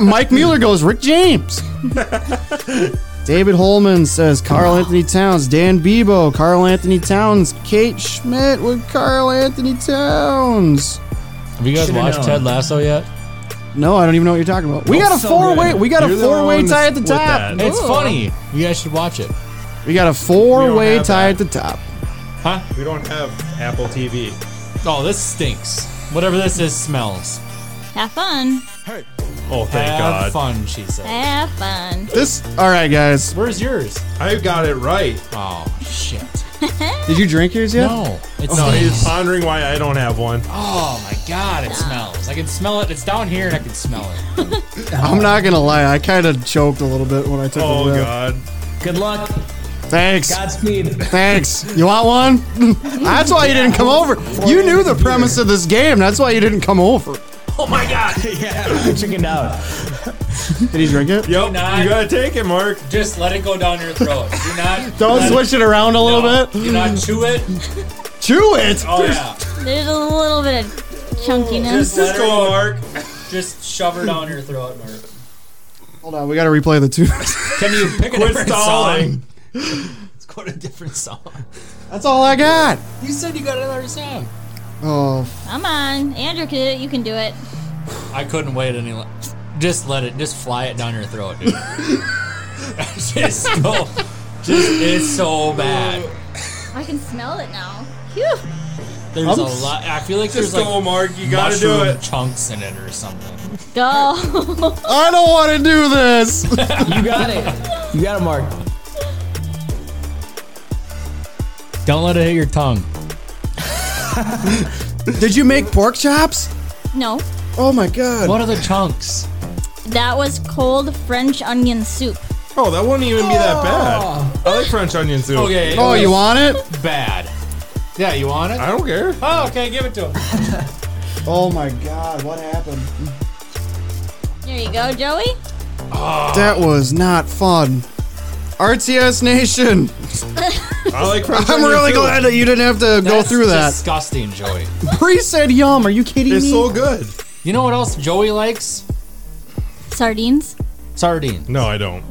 Speaker 4: Mike Mueller goes Rick James. David Holman says Carl Anthony Towns, Dan Bebo, Carl Anthony Towns, Kate Schmidt with Carl Anthony Towns.
Speaker 8: Have you guys
Speaker 7: Should've
Speaker 8: watched
Speaker 7: known.
Speaker 8: Ted Lasso yet?
Speaker 4: No, I don't even know what you're talking about. We
Speaker 7: Oh,
Speaker 4: got a
Speaker 7: so
Speaker 4: four way.
Speaker 7: good.
Speaker 4: We got
Speaker 5: You're
Speaker 4: a
Speaker 5: the
Speaker 4: four way
Speaker 5: one
Speaker 4: tie at the
Speaker 5: with
Speaker 4: top.
Speaker 5: that.
Speaker 8: It's
Speaker 6: Ooh.
Speaker 8: funny. You guys should watch it.
Speaker 4: We got a
Speaker 5: We
Speaker 4: four
Speaker 5: don't
Speaker 4: way
Speaker 5: have
Speaker 4: tie
Speaker 5: that.
Speaker 4: at the top.
Speaker 8: Huh?
Speaker 5: We don't have Apple TV.
Speaker 8: Oh, this stinks. Whatever this is smells.
Speaker 6: Have fun.
Speaker 5: Oh, thank
Speaker 8: Have
Speaker 5: God.
Speaker 8: fun, she said.
Speaker 6: Have fun.
Speaker 4: This. All right, guys.
Speaker 8: Where's yours?
Speaker 5: I got it right.
Speaker 8: Oh shit.
Speaker 4: Did you drink yours yet?
Speaker 8: No. It's
Speaker 5: Oh, No, he's
Speaker 8: stinks.
Speaker 5: pondering why I don't have one.
Speaker 8: Oh my god, it smells. I can smell it. It's down here and I can smell it.
Speaker 4: I'm not gonna lie. I kind of choked a little bit when I took
Speaker 5: Oh
Speaker 4: it.
Speaker 5: God.
Speaker 7: Good luck.
Speaker 4: Thanks.
Speaker 7: Godspeed.
Speaker 4: Thanks. You want one? That's why you didn't come over. You knew the premise of this game. That's why you didn't come over.
Speaker 7: yeah, I chickened out.
Speaker 4: Did he drink it?
Speaker 5: Yep. You
Speaker 8: not.
Speaker 5: gotta take it, Mark.
Speaker 8: Just let it go down your throat. Do not
Speaker 4: Don't switch it around a little bit.
Speaker 8: Do not chew it.
Speaker 4: Chew it.
Speaker 8: Oh yeah.
Speaker 6: There's a little bit of chunkiness.
Speaker 8: Just
Speaker 5: Go, Mark.
Speaker 8: Just shove her down your throat, Mark.
Speaker 4: Hold on, we gotta replay the two.
Speaker 8: Can you pick a
Speaker 5: Quit
Speaker 8: different
Speaker 5: stalling.
Speaker 8: song? Let's go to a different song.
Speaker 4: That's all I got.
Speaker 8: You said you got another song.
Speaker 4: Oh,
Speaker 6: Come on. Andrew can do it. You can do it.
Speaker 8: I couldn't wait any. lo- Just let it. Just fly it down your throat, dude. just go. Just it's so bad.
Speaker 6: I can smell it now. Phew.
Speaker 8: There's a
Speaker 4: I'm s-
Speaker 8: lot. I feel like
Speaker 5: Just
Speaker 8: there's
Speaker 5: go,
Speaker 8: like
Speaker 5: Mark. You gotta do
Speaker 8: mushroom
Speaker 5: it.
Speaker 8: chunks in it or something.
Speaker 6: Go.
Speaker 4: I don't want to do this.
Speaker 7: You got it. You got it, Mark.
Speaker 8: Don't let it hit your tongue.
Speaker 4: Did you make pork chops?
Speaker 6: No.
Speaker 4: Oh my god.
Speaker 8: What are the chunks?
Speaker 6: That was cold French onion soup.
Speaker 5: Oh, that wouldn't even be that bad. I like French onion soup.
Speaker 8: Okay.
Speaker 4: Oh, you
Speaker 8: want
Speaker 4: want it?
Speaker 8: bad? Yeah, you want it?
Speaker 5: I don't care.
Speaker 8: Oh, okay. Give it to him.
Speaker 4: Oh my god, what happened?
Speaker 6: There you go, Joey.
Speaker 4: That was not fun. RTS Nation,
Speaker 5: I like French
Speaker 4: I'm
Speaker 5: onion
Speaker 4: really
Speaker 5: soup.
Speaker 4: glad that you didn't have to go
Speaker 8: That's
Speaker 4: through that.
Speaker 8: Disgusting, Joey.
Speaker 4: Pre said yum. Are you kidding
Speaker 5: It's
Speaker 4: me?
Speaker 5: so good.
Speaker 8: You know what else Joey likes?
Speaker 6: Sardines.
Speaker 8: Sardine.
Speaker 5: No, I don't.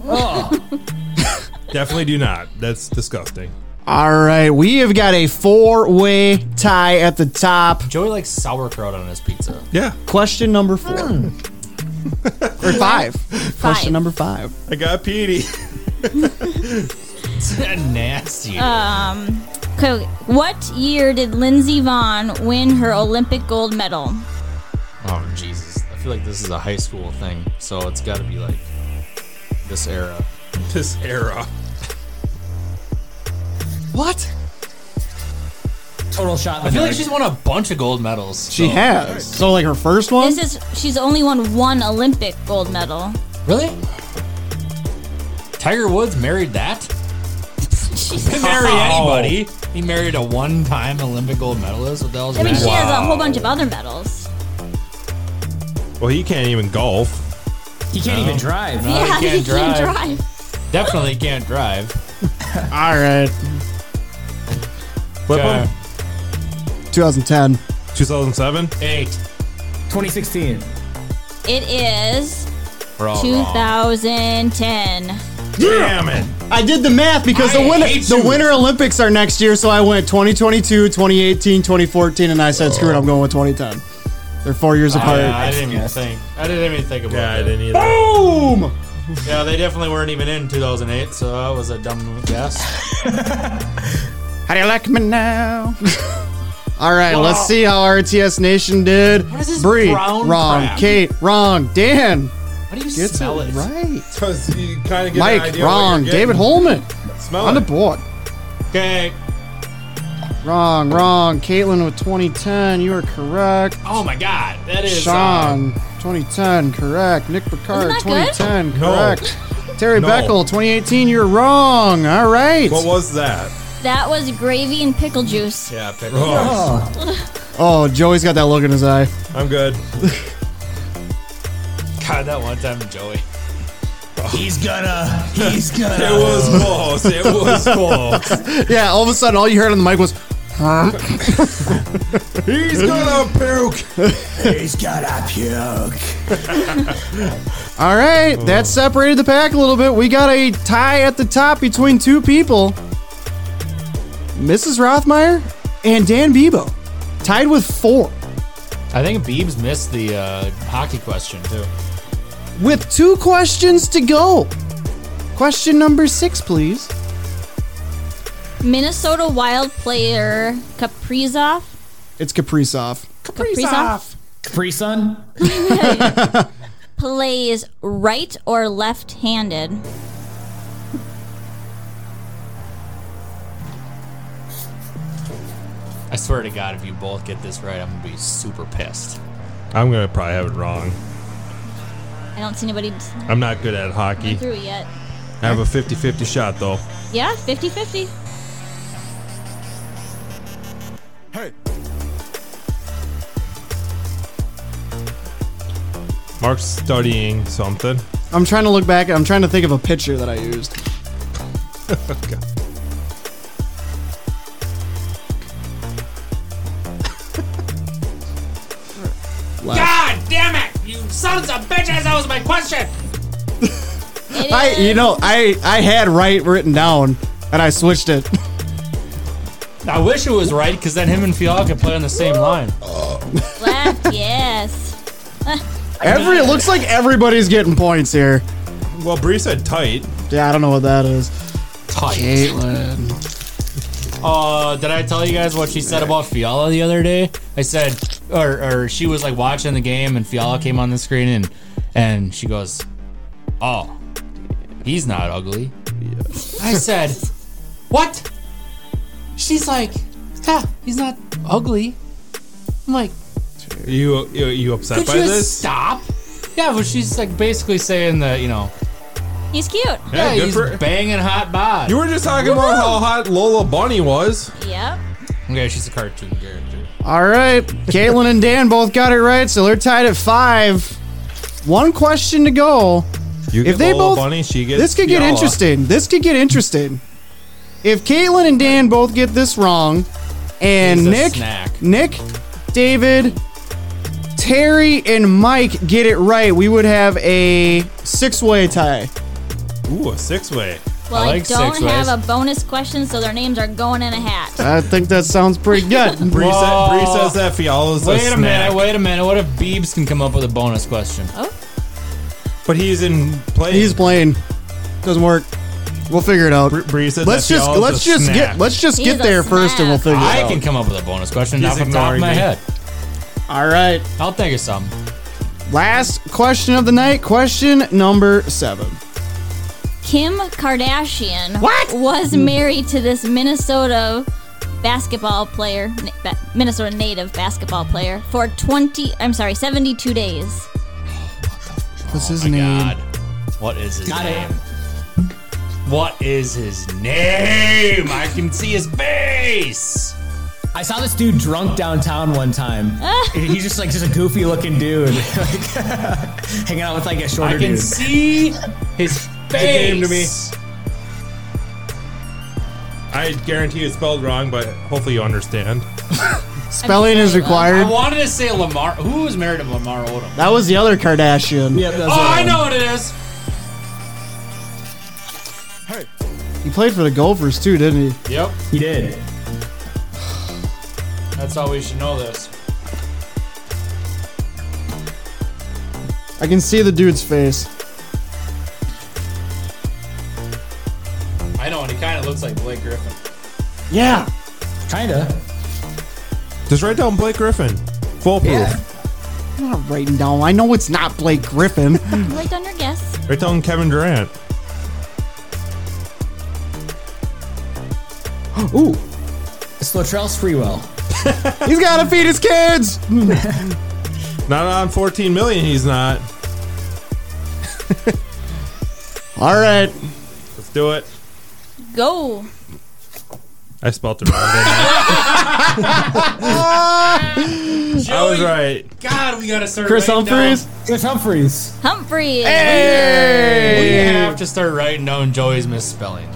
Speaker 5: Definitely do not. That's disgusting.
Speaker 4: All right, we have got a four-way tie at the top.
Speaker 8: Joey likes sauerkraut on his pizza.
Speaker 5: Yeah,
Speaker 4: Question number four.
Speaker 1: Hmm.
Speaker 4: or five. Question
Speaker 6: Five.
Speaker 4: number five.
Speaker 5: I got Petey.
Speaker 8: Nasty.
Speaker 6: Um. Okay. What year did Lindsey Vaughn win her Olympic gold medal?
Speaker 8: Oh Jesus! I feel like this is a high school thing, so it's got to be like this era.
Speaker 5: This era.
Speaker 4: What?
Speaker 7: Total shot. in the
Speaker 8: I feel like
Speaker 7: dark.
Speaker 8: she's won a bunch of gold medals.
Speaker 4: She
Speaker 8: so-
Speaker 4: has. So, like her first one?
Speaker 6: This is she's only won one Olympic gold medal.
Speaker 8: really. Tiger Woods married that.
Speaker 6: She's,
Speaker 8: Didn't marry anybody. He married a one-time Olympic gold medalist. What the hell's
Speaker 6: I mean,
Speaker 8: that?
Speaker 6: she has a whole bunch of other medals.
Speaker 5: Well, he can't even golf.
Speaker 7: He can't even drive.
Speaker 8: No,
Speaker 6: yeah,
Speaker 8: he can't drive.
Speaker 6: drive.
Speaker 8: Definitely can't drive.
Speaker 4: All right.
Speaker 5: Flip
Speaker 8: Uh,
Speaker 5: him.
Speaker 4: 2010.
Speaker 5: 2007.
Speaker 8: Eight.
Speaker 7: 2016.
Speaker 6: It is
Speaker 8: We're all wrong.
Speaker 6: 2010.
Speaker 5: Damn it.
Speaker 4: I did the math because
Speaker 8: I
Speaker 4: the winter
Speaker 8: hate
Speaker 4: the
Speaker 8: you.
Speaker 4: Winter Olympics are next year, so I went 2022, 2018, 2014, and I said, screw it, I'm going with 2010. They're four years apart.
Speaker 8: Yeah, I didn't even think. I didn't even think about
Speaker 5: Yeah, I
Speaker 8: that.
Speaker 5: didn't either.
Speaker 4: Boom!
Speaker 8: Yeah, they definitely weren't even in 2008, so that was a dumb guess.
Speaker 4: How do you like me now? All right,
Speaker 1: Wow.
Speaker 4: let's see how RTS Nation did.
Speaker 1: What is this
Speaker 4: Bree,
Speaker 1: brown
Speaker 4: wrong.
Speaker 1: crap?
Speaker 4: Kate, wrong. Dan,
Speaker 1: How do you
Speaker 4: Gets
Speaker 1: smell
Speaker 4: it
Speaker 1: it?
Speaker 4: right.
Speaker 5: Because you kind of get an
Speaker 4: Mike,
Speaker 5: idea what
Speaker 4: wrong.
Speaker 5: you're getting.
Speaker 4: David Holman,
Speaker 5: Smell
Speaker 4: on
Speaker 5: it.
Speaker 4: the board.
Speaker 1: Okay.
Speaker 4: Wrong, wrong. Caitlin with 2010. You are correct.
Speaker 1: Oh my god, that is. uh,
Speaker 4: Sean, 2010, correct. Nick Picard,
Speaker 6: Isn't that good?
Speaker 4: 2010,
Speaker 5: No.
Speaker 4: correct. Terry
Speaker 5: No.
Speaker 4: Beckel, 2018, you're wrong. All right.
Speaker 5: What was that?
Speaker 6: That was gravy and pickle juice.
Speaker 1: yeah, pick-
Speaker 5: Oh,
Speaker 4: Oh, Joey's got that look in his eye.
Speaker 5: I'm good.
Speaker 1: God, that one time, Joey. He's gonna. He's
Speaker 5: It
Speaker 1: gonna.
Speaker 5: was close. It was close.
Speaker 4: Yeah, all of a sudden, all you heard on the mic was,
Speaker 5: He's gonna puke.
Speaker 1: he's gonna puke.
Speaker 4: all right,
Speaker 5: Oh.
Speaker 4: that separated the pack a little bit. We got a tie at the top between two people Mrs. Rothmeyer and Dan Bebo, tied with four.
Speaker 8: I think Beebs missed the uh, hockey question too.
Speaker 4: with two questions to go. Question number six, please.
Speaker 6: Minnesota Wild player Kaprizov.
Speaker 4: It's Kaprizov.
Speaker 6: Kaprizov
Speaker 7: Capri Sun.
Speaker 6: plays right or left-handed.
Speaker 8: I swear to God, if you both get this right, I'm gonna be super pissed.
Speaker 5: I'm gonna probably have it wrong.
Speaker 6: I don't see anybody s-
Speaker 5: I'm not good at hockey.
Speaker 6: through it yet.
Speaker 5: I have a 50-50 shot though.
Speaker 6: Yeah, 50-50.
Speaker 5: Mark's studying something.
Speaker 4: I'm trying to look back. I'm trying to think of a picture that I used.
Speaker 1: Uh, God damn it! You sons of bitches! That was my question.
Speaker 6: It
Speaker 4: I, you
Speaker 6: is-
Speaker 4: know, I I had right written down, and I switched it.
Speaker 8: I wish it was right because then him and Fiala could play on the same line.
Speaker 6: left. Yes.
Speaker 4: Every it looks like everybody's getting points here.
Speaker 5: Well, Bree said tight.
Speaker 4: Yeah, I don't know what that is.
Speaker 8: Tight.
Speaker 4: Caitlin.
Speaker 8: Uh, did I tell you guys what she said about Fiala the other day? I said, or, or she was like watching the game, and Fiala came on the screen, and and she goes, "Oh, he's not ugly." I said, "What?" She's like, "Yeah, he's not ugly." I'm like,
Speaker 5: You you, you upset
Speaker 8: "Could
Speaker 5: by
Speaker 8: you
Speaker 5: this?
Speaker 8: stop?" Yeah, but she's like basically saying that you know,
Speaker 6: He's cute.
Speaker 8: yeah,
Speaker 5: good
Speaker 8: he's
Speaker 5: for-
Speaker 8: banging hot bod.
Speaker 5: You were just talking about how hot Lola Bunny was.
Speaker 6: Yep.
Speaker 8: Okay, she's a cartoon character.
Speaker 4: All right, Caitlin and Dan both got it right, so they're tied at five. One question to go.
Speaker 5: You
Speaker 4: If
Speaker 5: get
Speaker 4: they
Speaker 5: Lola
Speaker 4: both-
Speaker 5: Bunny, she gets
Speaker 4: This could get
Speaker 5: Fiala.
Speaker 4: interesting. This could get interesting. If Caitlin and Dan both get this wrong, and
Speaker 8: He's a
Speaker 4: Nick,
Speaker 8: snack.
Speaker 4: Nick, David, Terry, and Mike get it right, we would have a six-way tie.
Speaker 5: Ooh, a six-way.
Speaker 6: Well, I,
Speaker 8: like
Speaker 6: don't
Speaker 8: six ways.
Speaker 6: have a bonus question, so their names are going in a hat.
Speaker 4: I think that sounds pretty good.
Speaker 5: Bree, said, Bree
Speaker 8: Whoa.
Speaker 5: says that Fiala's
Speaker 8: Wait
Speaker 5: a
Speaker 8: a
Speaker 5: snack.
Speaker 8: minute, wait a minute. What if Beebs can come up with a bonus question?
Speaker 5: But he's in play.
Speaker 4: He's playing. Doesn't work. We'll figure it out.
Speaker 5: Bree- Bree said
Speaker 4: Let's
Speaker 5: that
Speaker 4: just
Speaker 5: Fiala's
Speaker 4: let's
Speaker 5: a
Speaker 4: just
Speaker 5: snack.
Speaker 4: get let's just
Speaker 6: He's
Speaker 4: get
Speaker 6: a
Speaker 4: there first, and we'll figure
Speaker 6: snack.
Speaker 4: it
Speaker 8: I
Speaker 4: out.
Speaker 8: can come up with a bonus question
Speaker 5: He's
Speaker 8: not from the top of
Speaker 5: ignoring
Speaker 8: my
Speaker 5: me.
Speaker 8: head.
Speaker 4: All right.
Speaker 8: I'll think of some.
Speaker 4: Last question of the night. Question number seven.
Speaker 6: Kim Kardashian
Speaker 4: What?
Speaker 6: was married to this Minnesota basketball player, na- ba- Minnesota native basketball player, for 20, I'm sorry, 72 days.
Speaker 4: What's
Speaker 5: Oh
Speaker 4: his
Speaker 8: My
Speaker 4: name?
Speaker 8: God. What is his
Speaker 7: Got it.
Speaker 8: name? What is his name? I can see his face.
Speaker 7: I saw this dude drunk downtown one time. He's just like just a goofy looking dude, like, hanging out with like a
Speaker 8: I
Speaker 7: shorter
Speaker 8: can
Speaker 7: dude.
Speaker 8: see his
Speaker 5: came to
Speaker 8: face.
Speaker 5: I guarantee it's spelled wrong, but hopefully you understand.
Speaker 4: Spelling is
Speaker 6: sorry, what?
Speaker 4: required.
Speaker 8: I wanted to say Lamar. Who was married to Lamar Odom?
Speaker 4: That was the other Kardashian.
Speaker 7: Yep, that's
Speaker 8: Oh,
Speaker 7: what
Speaker 8: I
Speaker 7: am.
Speaker 8: know what it is.
Speaker 4: He played for the Gophers too, didn't he?
Speaker 8: Yep,
Speaker 7: He did.
Speaker 8: that's how we should know this.
Speaker 4: I can see the dude's face.
Speaker 8: I know, and he kind of looks like Blake Griffin.
Speaker 4: Yeah.
Speaker 7: Kinda.
Speaker 5: Just write down Blake Griffin. Foolproof.
Speaker 4: I'm not writing down. I know it's not Blake Griffin.
Speaker 6: Write down your guess.
Speaker 5: Write down Kevin Durant.
Speaker 4: Ooh,
Speaker 7: It's Latrell Sprewell.
Speaker 4: he's gotta feed his kids.
Speaker 5: Not on 14 million, he's not.
Speaker 4: All right.
Speaker 5: Let's do it.
Speaker 6: Go.
Speaker 5: I spelt it wrong. didn't I? I was right.
Speaker 12: God, we gotta start.
Speaker 4: Chris
Speaker 12: writing
Speaker 4: Humphreys.
Speaker 7: Chris Humphreys.
Speaker 6: Humphreys.
Speaker 8: We
Speaker 4: Hey.
Speaker 8: have to start writing down Joey's misspellings.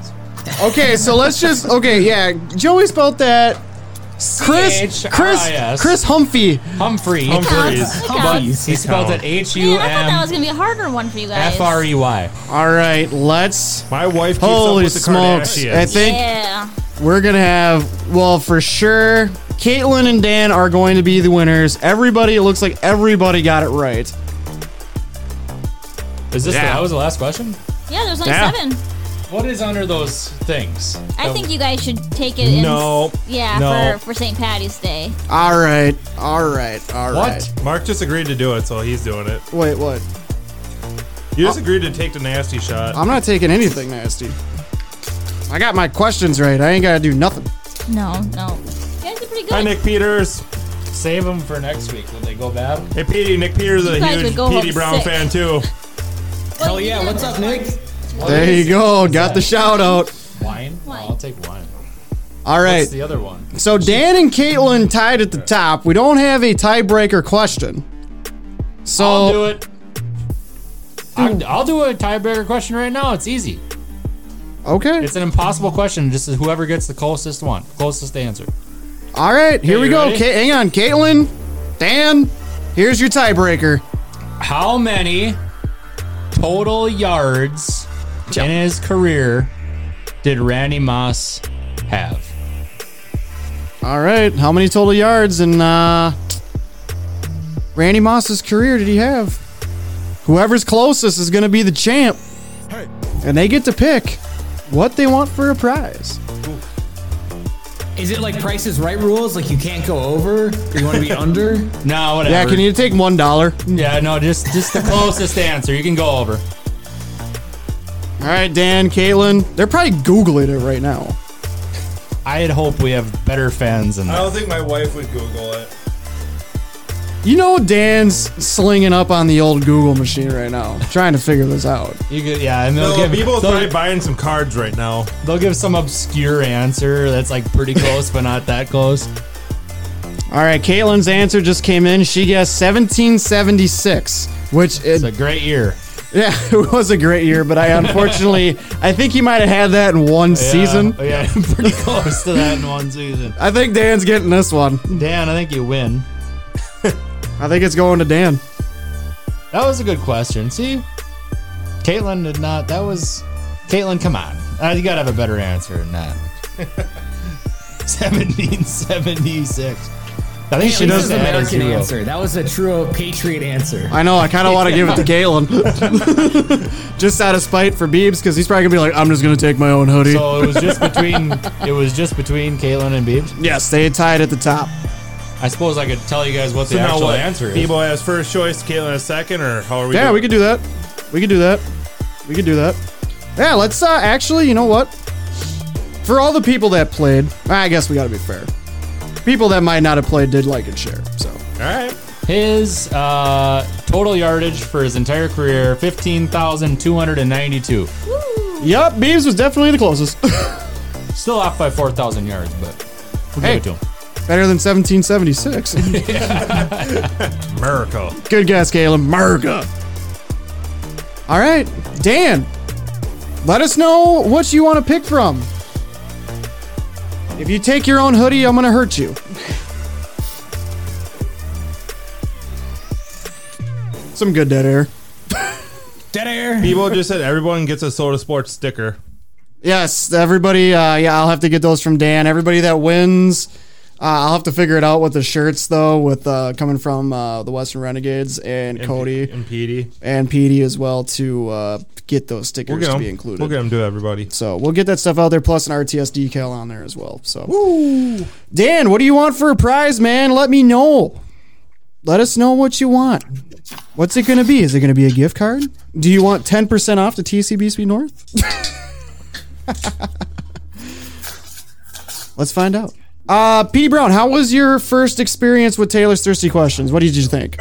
Speaker 4: Okay, so let's just. Okay, yeah. Joey spelled that. Chris. Chris.
Speaker 8: C-H-R-I-S.
Speaker 4: Chris Humphrey.
Speaker 8: Humphrey.
Speaker 5: Humphreys.
Speaker 7: Humphreys.
Speaker 8: He spelled it H U
Speaker 6: Man, I thought that was
Speaker 8: M
Speaker 6: gonna be a harder one for you guys.
Speaker 8: F R E Y.
Speaker 4: All right, let's.
Speaker 5: My wife keeps
Speaker 4: Holy
Speaker 5: up with the
Speaker 4: smokes.
Speaker 5: Kardashians.
Speaker 4: I think
Speaker 6: Yeah.
Speaker 4: we're going to have, well, for sure, Caitlin and Dan are going to be the winners. Everybody, it looks like everybody got it right.
Speaker 8: Is this the,
Speaker 5: Yeah.
Speaker 8: that was the last question?
Speaker 6: Yeah, there's only
Speaker 4: Yeah.
Speaker 6: seven.
Speaker 8: What is under those things?
Speaker 6: I think you guys should take it. In,
Speaker 5: No.
Speaker 6: Yeah,
Speaker 5: No.
Speaker 6: for for St. Patty's Day.
Speaker 4: All right, all right, all right.
Speaker 8: What?
Speaker 5: Mark just agreed to do it, so he's doing it.
Speaker 4: Wait, what?
Speaker 5: You just agreed to take the nasty
Speaker 6: Uh,
Speaker 5: shot.
Speaker 4: I'm not taking anything nasty. I got my questions right. I ain't got to do nothing.
Speaker 6: No, no. You guys did pretty good.
Speaker 5: Hi, Nick Peters.
Speaker 8: Save them for next week when they go bad.
Speaker 5: Hey, Petey. Nick Peters is
Speaker 6: You
Speaker 5: a
Speaker 6: guys
Speaker 5: huge
Speaker 6: would go
Speaker 5: Petey
Speaker 6: home
Speaker 5: Brown
Speaker 6: sick.
Speaker 5: fan, too.
Speaker 7: Hell yeah. What's up, Nick?
Speaker 4: There you go. Got the shout out.
Speaker 8: Wine?
Speaker 6: Wine.
Speaker 8: I'll take wine.
Speaker 4: All right.
Speaker 8: What's the other one?
Speaker 4: So Dan and Caitlin tied at the top. We don't have a tiebreaker question. So
Speaker 8: I'll do it. I'm, I'll do a tiebreaker question right now. It's easy.
Speaker 4: okay.
Speaker 8: It's an impossible question. Just whoever gets the closest one, closest answer.
Speaker 4: All right. Here
Speaker 8: Okay,
Speaker 4: we
Speaker 8: you
Speaker 4: go.
Speaker 8: ready?
Speaker 4: Ca- hang on, Caitlin, Dan. Here's your tiebreaker.
Speaker 8: How many total yards in his career did Randy Moss have?
Speaker 4: All right. How many total yards in uh, Randy Moss's career did he have? Whoever's closest is going to be the champ. And they get to pick what they want for a prize.
Speaker 7: Is it like Price is Right rules? Like you can't go over? Or you want to be under?
Speaker 8: No, whatever.
Speaker 4: Yeah, can you take one dollar?
Speaker 8: Yeah, no, just just the closest answer. You can go over.
Speaker 4: All right, Dan, Caitlin, they're probably googling it right now.
Speaker 8: I'd hope we have better fans than
Speaker 5: I
Speaker 8: that.
Speaker 5: don't think my wife would Google it.
Speaker 4: You know Dan's slinging up on the old Google machine right now, trying to figure this out.
Speaker 8: You could, yeah, and
Speaker 5: No,
Speaker 8: they'll give
Speaker 5: people's probably
Speaker 8: they'll,
Speaker 5: buying some cards right now.
Speaker 8: they'll give some obscure answer that's like pretty close but not that close.
Speaker 4: All right, Caitlin's answer just came in. She guessed 1776, which
Speaker 8: It's
Speaker 4: it,
Speaker 8: a great year.
Speaker 4: yeah, it was a great year, but I unfortunately I think he might have had that in one
Speaker 8: Yeah,
Speaker 4: season.
Speaker 8: Yeah, pretty close to that in one season.
Speaker 4: I think Dan's getting this one.
Speaker 8: Dan, I think you win.
Speaker 4: I think it's going to Dan.
Speaker 8: That was a good question. See, Caitlin did not. That was Caitlin. Come on, uh, you gotta have a better answer than that. Seventeen seventy-six. I think she
Speaker 7: At least this
Speaker 8: knows
Speaker 7: is
Speaker 8: the
Speaker 7: an American
Speaker 8: answer.
Speaker 7: answer. That was a true patriot answer.
Speaker 4: I know. I kind of want to give it to Caitlin, just out of spite for Beebs, because he's probably gonna be like, "I'm just gonna take my own hoodie."
Speaker 8: So it was just between it was just between Caitlin and Beebs.
Speaker 4: yes, they tied at the top.
Speaker 8: I suppose I could tell you guys what the
Speaker 5: So now
Speaker 8: actual
Speaker 5: what?
Speaker 8: answer is.
Speaker 5: Bebo has first choice, Caitlin has second, or how are we?
Speaker 4: Yeah,
Speaker 5: doing?
Speaker 4: we could do that. We could do that. We could do that. Yeah, let's uh actually, you know what? For all the people that played, I guess we gotta be fair. People that might not have played did like and share. So
Speaker 5: All right.
Speaker 8: His uh, total yardage for his entire career fifteen thousand two hundred and ninety-two.
Speaker 4: Yup, Beeves was definitely the closest.
Speaker 8: Still off by four thousand yards, but we'll give
Speaker 4: Hey.
Speaker 8: it to him.
Speaker 4: Better than 1776.
Speaker 5: Miracle.
Speaker 4: Good guess, Caleb. Murga. Alright, Dan. Let us know what you want to pick from. If you take your own hoodie, I'm gonna hurt you. Some good dead air.
Speaker 7: Dead air.
Speaker 5: Bebo just said everyone gets a Soda Sports sticker.
Speaker 4: Yes, everybody. Uh, yeah, I'll have to get those from Dan. Everybody that wins Uh, I'll have to figure it out with the shirts though, with uh, coming from uh, the Western Renegades and Cody
Speaker 5: and PD
Speaker 4: and PD as well to uh, get those stickers
Speaker 5: We'll get
Speaker 4: to
Speaker 5: them.
Speaker 4: be included.
Speaker 5: We'll get them to everybody.
Speaker 4: So we'll get that stuff out there, plus an RTS decal on there as well. So, Dan, what do you want for a prize, man? Let me know. Let us know what you want. What's it going to be? Is it going to be a gift card? Do you want 10% off to TCBC North? Let's find out. Uh, Petey Brown, how was your first experience with Taylor's Thirsty Questions? What did you think?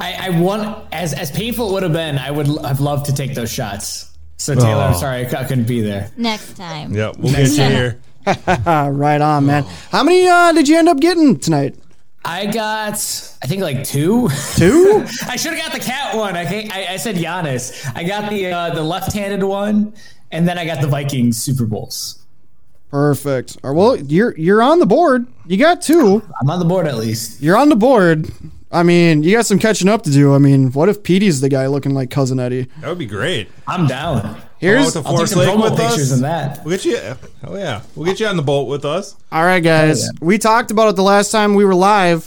Speaker 7: I, I want as as painful it would have been. I would l- have loved to take those shots. So Taylor, I'm
Speaker 5: Oh.
Speaker 7: sorry I c- I couldn't be there.
Speaker 6: Next time.
Speaker 5: Yeah, we'll
Speaker 7: Next
Speaker 5: get you
Speaker 7: time.
Speaker 5: here.
Speaker 4: Uh, right on, man. How many uh, did you end up getting tonight?
Speaker 7: I got I think like two.
Speaker 4: Two?
Speaker 7: I should have got the cat one. I think I, I said Giannis. I got the uh, the left-handed one, and then I got the Vikings Super Bowls.
Speaker 4: Perfect. Or well, you're you're on the board. You got two.
Speaker 7: I'm on the board at least.
Speaker 4: You're on the board. I mean, you got some catching up to do. I mean, what if Petey's the guy looking like Cousin Eddie?
Speaker 5: That would be great.
Speaker 7: I'm down.
Speaker 4: Here's
Speaker 5: Come out to
Speaker 7: I'll take
Speaker 5: Forest
Speaker 7: some
Speaker 5: Lake
Speaker 7: promo
Speaker 5: with
Speaker 7: pictures
Speaker 5: us.
Speaker 7: and that.
Speaker 5: We'll get you. Oh yeah, we'll get you on the boat with us.
Speaker 4: all right, guys. We talked about it the last time we were live.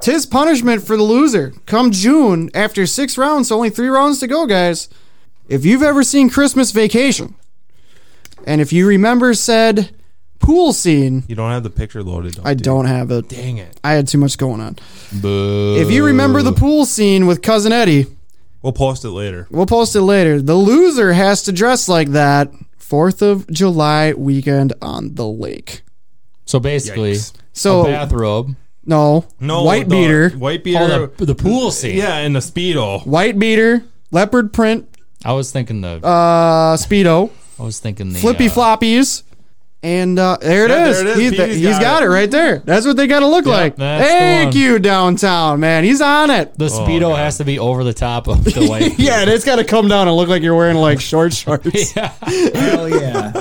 Speaker 4: Tis punishment for the loser. Come June, after six rounds, so only three rounds to go, guys. If you've ever seen Christmas Vacation, and if you remember said pool scene,
Speaker 5: You don't have the picture loaded. Don't
Speaker 4: I
Speaker 5: do.
Speaker 4: don't have it.
Speaker 5: Dang it.
Speaker 4: I had too much going on.
Speaker 8: Boo.
Speaker 4: If you remember the pool scene with Cousin Eddie,
Speaker 5: We'll post it later.
Speaker 4: We'll post it later. The loser has to dress like that. Fourth of July weekend on the lake.
Speaker 8: So basically,
Speaker 5: Yikes.
Speaker 4: So
Speaker 8: a bathrobe.
Speaker 4: no,
Speaker 5: No,
Speaker 4: white
Speaker 5: the
Speaker 4: beater,
Speaker 5: White
Speaker 8: Oh,
Speaker 5: beater.
Speaker 8: the, the pool scene.
Speaker 5: yeah, and the speedo.
Speaker 4: white beater, leopard print,
Speaker 8: I was thinking the.
Speaker 4: uh, speedo,
Speaker 8: I was thinking the
Speaker 4: flippy
Speaker 8: uh,
Speaker 4: floppies, and uh, there it
Speaker 5: Yeah,
Speaker 4: is.
Speaker 5: there it is.
Speaker 4: He's,
Speaker 5: Petey's
Speaker 4: he's
Speaker 5: got
Speaker 4: got it.
Speaker 5: it.
Speaker 4: right there. That's what they got to look like.
Speaker 8: that's the
Speaker 4: Thank
Speaker 8: one.
Speaker 4: you, downtown man. He's on it.
Speaker 8: The speedo has to be over the top of the white.
Speaker 4: Yeah, and it's got to come down and look like you're wearing like short shorts.
Speaker 7: Hell yeah!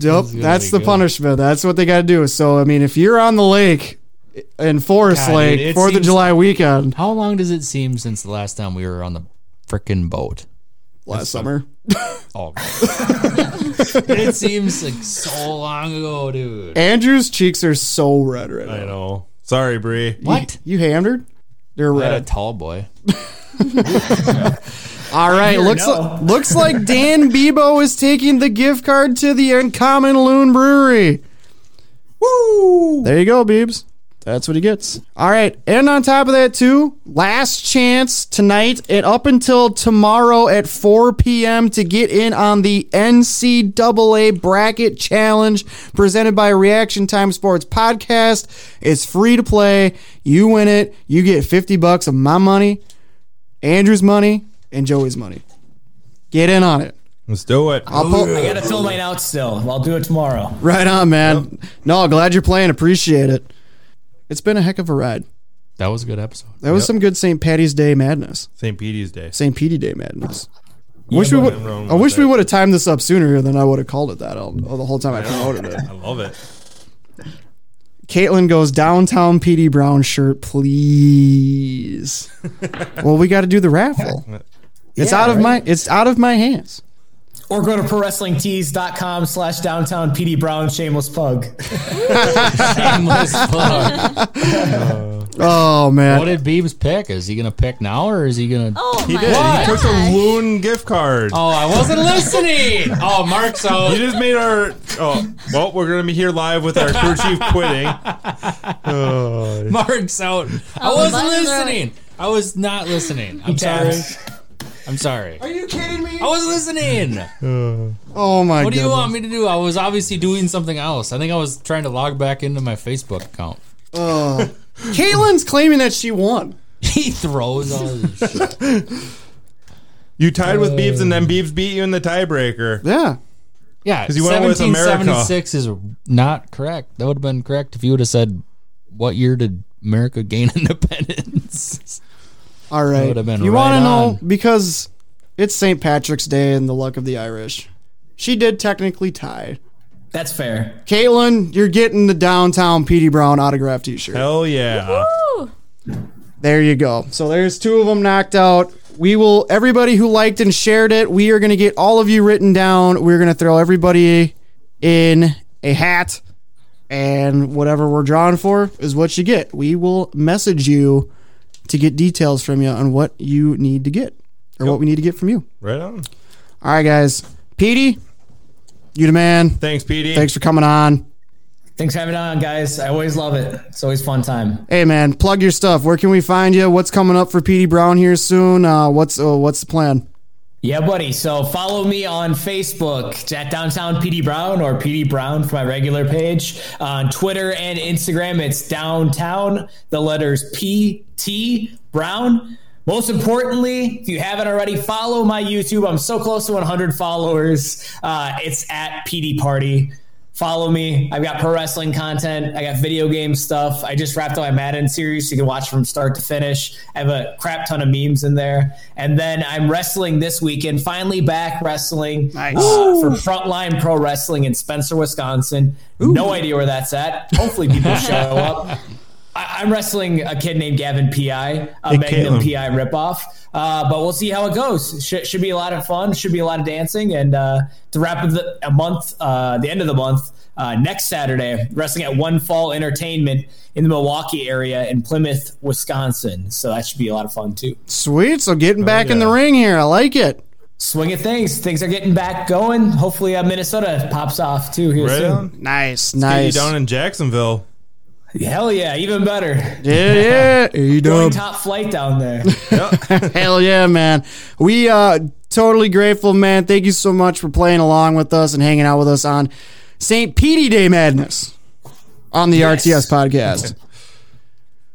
Speaker 4: Yep, that's the punishment. That's what they got to do. So, I mean, if you're on the lake in Forest
Speaker 8: God,
Speaker 4: Lake,
Speaker 8: dude, it
Speaker 4: Fourth of
Speaker 8: seems-
Speaker 4: July weekend
Speaker 8: How long does it seem since the last time we were on the frickin' boat?
Speaker 4: last summer,
Speaker 8: Oh, it seems like so long ago, dude.
Speaker 4: Andrew's cheeks are so red right
Speaker 5: I
Speaker 4: now.
Speaker 5: know. Sorry, Bree.
Speaker 8: What?
Speaker 4: You hammered? They're
Speaker 8: I had a
Speaker 4: red.
Speaker 8: tall boy.
Speaker 4: All right, looks
Speaker 7: no.
Speaker 4: like, looks like Dan Bebo is taking the gift card to the Uncommon Loon Brewery. Woo! There you go, Beebs. That's what he gets. All right, and on top of that too, last chance tonight and up until tomorrow at 4 p.m. to get in on the NCAA bracket challenge presented by Reaction Time Sports Podcast. It's free to play. You win it, you get 50 bucks of my money, Andrew's money, and Joey's money. Get in on it.
Speaker 5: Let's do it.
Speaker 4: I'll po-
Speaker 7: I gotta fill mine out still. I'll do it tomorrow.
Speaker 4: Right on, man. No, glad you're playing. Appreciate it. It's been a heck of a ride.
Speaker 8: That was a good episode.
Speaker 4: That was some good St. Patty's Day madness.
Speaker 5: St. Petey's Day.
Speaker 4: St. Petey Day madness. wish we
Speaker 5: but
Speaker 4: would.
Speaker 5: I'm wrong
Speaker 4: I
Speaker 5: with
Speaker 4: wish we
Speaker 5: that.
Speaker 4: would have timed this up sooner than I would have called it that. All, all the whole time I promoted it.
Speaker 5: I love it.
Speaker 4: Caitlin goes downtown PD Brown shirt, please. well, we got to do the raffle. It's out of my. It's out of my hands.
Speaker 7: Or go to prowrestlingtees.com slash downtown PD Brown shameless plug.
Speaker 8: Shameless fuck.
Speaker 4: Oh man.
Speaker 8: What did Beebs pick? Is he gonna pick now or is he gonna?
Speaker 6: Oh
Speaker 5: He
Speaker 6: my
Speaker 5: did.
Speaker 6: god.
Speaker 5: He took the loon gift card.
Speaker 8: Oh, I wasn't listening. Oh, Mark's out.
Speaker 5: You just made our. Oh, well, we're gonna be here live with our crew chief quitting.
Speaker 8: Oh, Mark's out. I
Speaker 6: the
Speaker 8: wasn't
Speaker 6: buttons are-
Speaker 8: listening. I was not listening. I'm sorry. I'm sorry.
Speaker 4: Are you kidding me?
Speaker 8: I was listening.
Speaker 4: Oh my god.
Speaker 8: What do you uh, want me to do? I was obviously doing something else. I think I was trying to log back into my Facebook account.
Speaker 4: Caitlin's claiming that she won.
Speaker 8: He throws all his shit.
Speaker 5: You tied with Beebs, and then Beebs beat you in the tiebreaker.
Speaker 4: Yeah.
Speaker 8: Yeah,
Speaker 5: 'Cause you went with America.
Speaker 8: 1776 is not correct. That would have been correct if you would have said, "What year did America gain independence?"
Speaker 4: All right.
Speaker 8: would've been
Speaker 4: you
Speaker 8: right
Speaker 4: want to know
Speaker 8: on.
Speaker 4: because it's St. Patrick's Day and the luck of the Irish. She did technically tie.
Speaker 7: That's fair.
Speaker 4: Caitlin, you're getting the downtown Petey Brown autograph T-shirt.
Speaker 5: Hell yeah!
Speaker 4: There you go. So there's two of them knocked out. We will everybody who liked and shared it. We are going to get all of you written down. We're going to throw everybody in a hat and whatever we're drawing for is what you get. We will message you to get details from you on what you need to get or what we need to get from you.
Speaker 5: Right on.
Speaker 4: All right, guys. Petey, you the man.
Speaker 5: Thanks, PD.
Speaker 4: Thanks for coming on.
Speaker 7: Thanks for having me on, guys. I always love it. It's always fun time.
Speaker 4: Hey, man, plug your stuff. Where can we find you? What's coming up for Petey Brown here soon? Uh, what's uh, what's the plan?
Speaker 7: Yeah, buddy. So follow me on Facebook at Downtown PD Brown or PD Brown for my regular page. Uh, On Twitter and Instagram, it's Downtown, the letters P T Brown. Most importantly, if you haven't already, follow my YouTube. I'm so close to 100 followers. Uh, it's at PD Party. Follow me. I've got pro wrestling content. I got video game stuff. I just wrapped up my Madden series. So you can watch from start to finish. I have a crap ton of memes in there. And then I'm wrestling this weekend. Finally back wrestling
Speaker 4: nice.
Speaker 7: for Frontline Pro Wrestling in Spencer, Wisconsin. No idea where that's at. Hopefully people show up. I- I'm wrestling a kid named Gavin Pi, a
Speaker 5: Hey,
Speaker 7: Magnum
Speaker 5: Caitlin.
Speaker 7: Pi ripoff. Uh, but we'll see how it goes. Should, should be a lot of fun. Should be a lot of dancing. And uh, to wrap up the a month, uh, the end of the month, uh, next Saturday, wrestling at One Fall Entertainment in the Milwaukee area in Plymouth, Wisconsin. So that should be a lot of fun too.
Speaker 4: Sweet. So getting back in the ring here. I like it.
Speaker 7: Swing of things. Things are getting back going. Hopefully, uh, Minnesota pops off too here
Speaker 5: Right
Speaker 7: soon.
Speaker 5: on.
Speaker 4: Nice,
Speaker 5: Get you
Speaker 4: nice.
Speaker 5: down in Jacksonville.
Speaker 7: Hell yeah, even better.
Speaker 4: Yeah, yeah.
Speaker 7: Going
Speaker 4: A-dub.
Speaker 7: top flight down there.
Speaker 4: Hell yeah, man. We uh totally grateful, man. Thank you so much for playing along with us and hanging out with us on St. Petey Day Madness on the
Speaker 7: Yes.
Speaker 4: RTS podcast.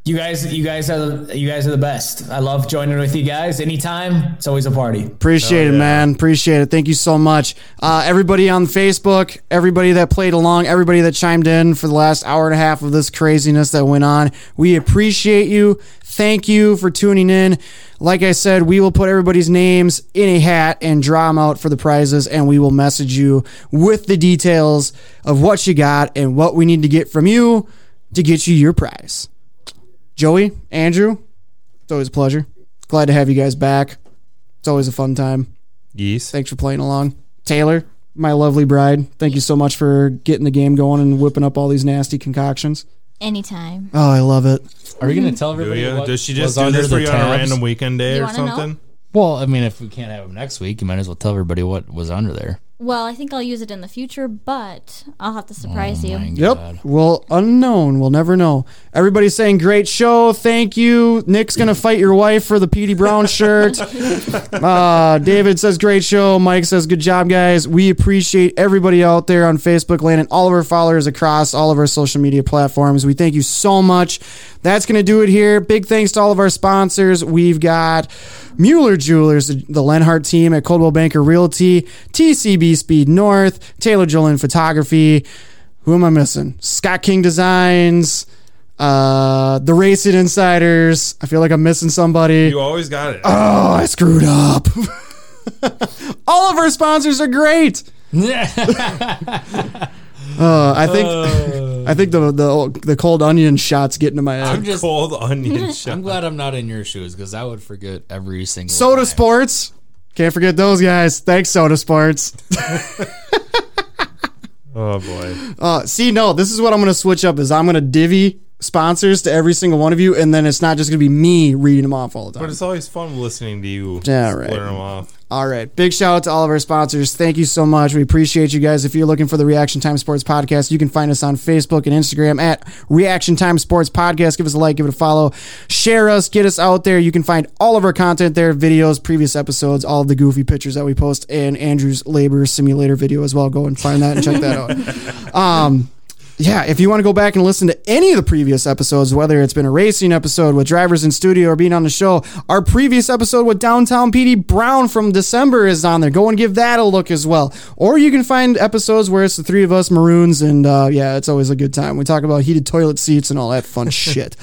Speaker 7: You guys, you guys are the, you guys are the best. I love joining with you guys. Anytime, it's always a party.
Speaker 4: Appreciate it, man. Appreciate it. Thank you so much. Uh, everybody on Facebook, everybody that played along, everybody that chimed in for the last hour and a half of this craziness that went on. We appreciate you. Thank you for tuning in. Like I said, we will put everybody's names in a hat and draw them out for the prizes, and we will message you with the details of what you got and what we need to get from you to get you your prize. Joey, Andrew, it's always a pleasure. Glad to have you guys back. It's always a fun time.
Speaker 5: Yes.
Speaker 4: Thanks for playing along. Taylor, my lovely bride, thank you so much for getting the game going and whipping up all these nasty concoctions.
Speaker 6: Anytime.
Speaker 4: Oh, I love it.
Speaker 8: Are we gonna tell
Speaker 5: Do
Speaker 8: everybody?
Speaker 5: you?
Speaker 8: what
Speaker 5: Does she
Speaker 8: was
Speaker 5: just do
Speaker 8: under
Speaker 5: this for
Speaker 8: the
Speaker 5: you on a
Speaker 8: tabs?
Speaker 5: random weekend day
Speaker 6: You
Speaker 5: or
Speaker 6: wanna know?
Speaker 5: something?
Speaker 8: Well, I mean, if we can't have them next week, you might as well tell everybody what was under there.
Speaker 6: Well, I think I'll use it in the future, but I'll have to
Speaker 5: Oh
Speaker 6: surprise you.
Speaker 4: Yep. Well, unknown. We'll never know. Everybody's saying great show. Thank you. Nick's gonna fight your wife for the PD Brown shirt. Uh, David says great show. Mike says good job, guys. We appreciate everybody out there on Facebook land and all of our followers across all of our social media platforms. We thank you so much. That's gonna do it here. Big thanks to all of our sponsors. We've got Mueller Jewelers, the Lenhart team at Coldwell Banker Realty, TCB Speed North, Taylor Jolin Photography who am I missing? Scott King Designs, uh, The Racing Insiders. I feel like I'm missing somebody.
Speaker 5: You always got it.
Speaker 4: Oh, I screwed up. All of our sponsors are great. Uh, I think I think the, the the cold onion shots get into my
Speaker 8: I'm
Speaker 4: head.
Speaker 8: just.
Speaker 5: Cold onion shot.
Speaker 8: I'm glad I'm not in your shoes because I would forget every single.
Speaker 4: Soda
Speaker 8: time.
Speaker 4: Sports. Can't forget those guys. Thanks, Soda Sports.
Speaker 5: Oh boy.
Speaker 4: Uh, see, no, this is what I'm going to switch up is I'm going to divvy sponsors to every single one of you, and then it's not just going to be me reading them off all the time.
Speaker 5: But it's always fun listening to you
Speaker 4: Yeah,
Speaker 5: splur
Speaker 4: right.
Speaker 5: 'em off.
Speaker 4: All right. Big shout out to all of our sponsors. Thank you so much. We appreciate you guys. If you're looking for the Reaction Time Sports Podcast, you can find us on Facebook and Instagram at Reaction Time Sports Podcast. Give us a like, give it a follow, share us, get us out there. You can find all of our content there videos, previous episodes, all of the goofy pictures that we post, and Andrew's labor simulator video as well. Go and find that and check that out yeah, if you want to go back and listen to any of the previous episodes, whether it's been a racing episode with drivers in studio or being on the show, our previous episode with Downtown PD Brown from December is on there. Go and give that a look as well. Or you can find episodes where it's the three of us maroons, and uh, yeah, it's always a good time. We talk about heated toilet seats and all that fun shit.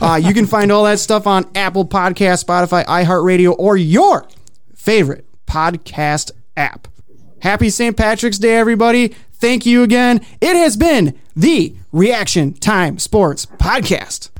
Speaker 4: Uh, you can find all that stuff on Apple Podcast, Spotify, iHeartRadio, or your favorite podcast app. Happy St. Patrick's Day, everybody. Thank you again. It has been the Reaction Time Sports Podcast.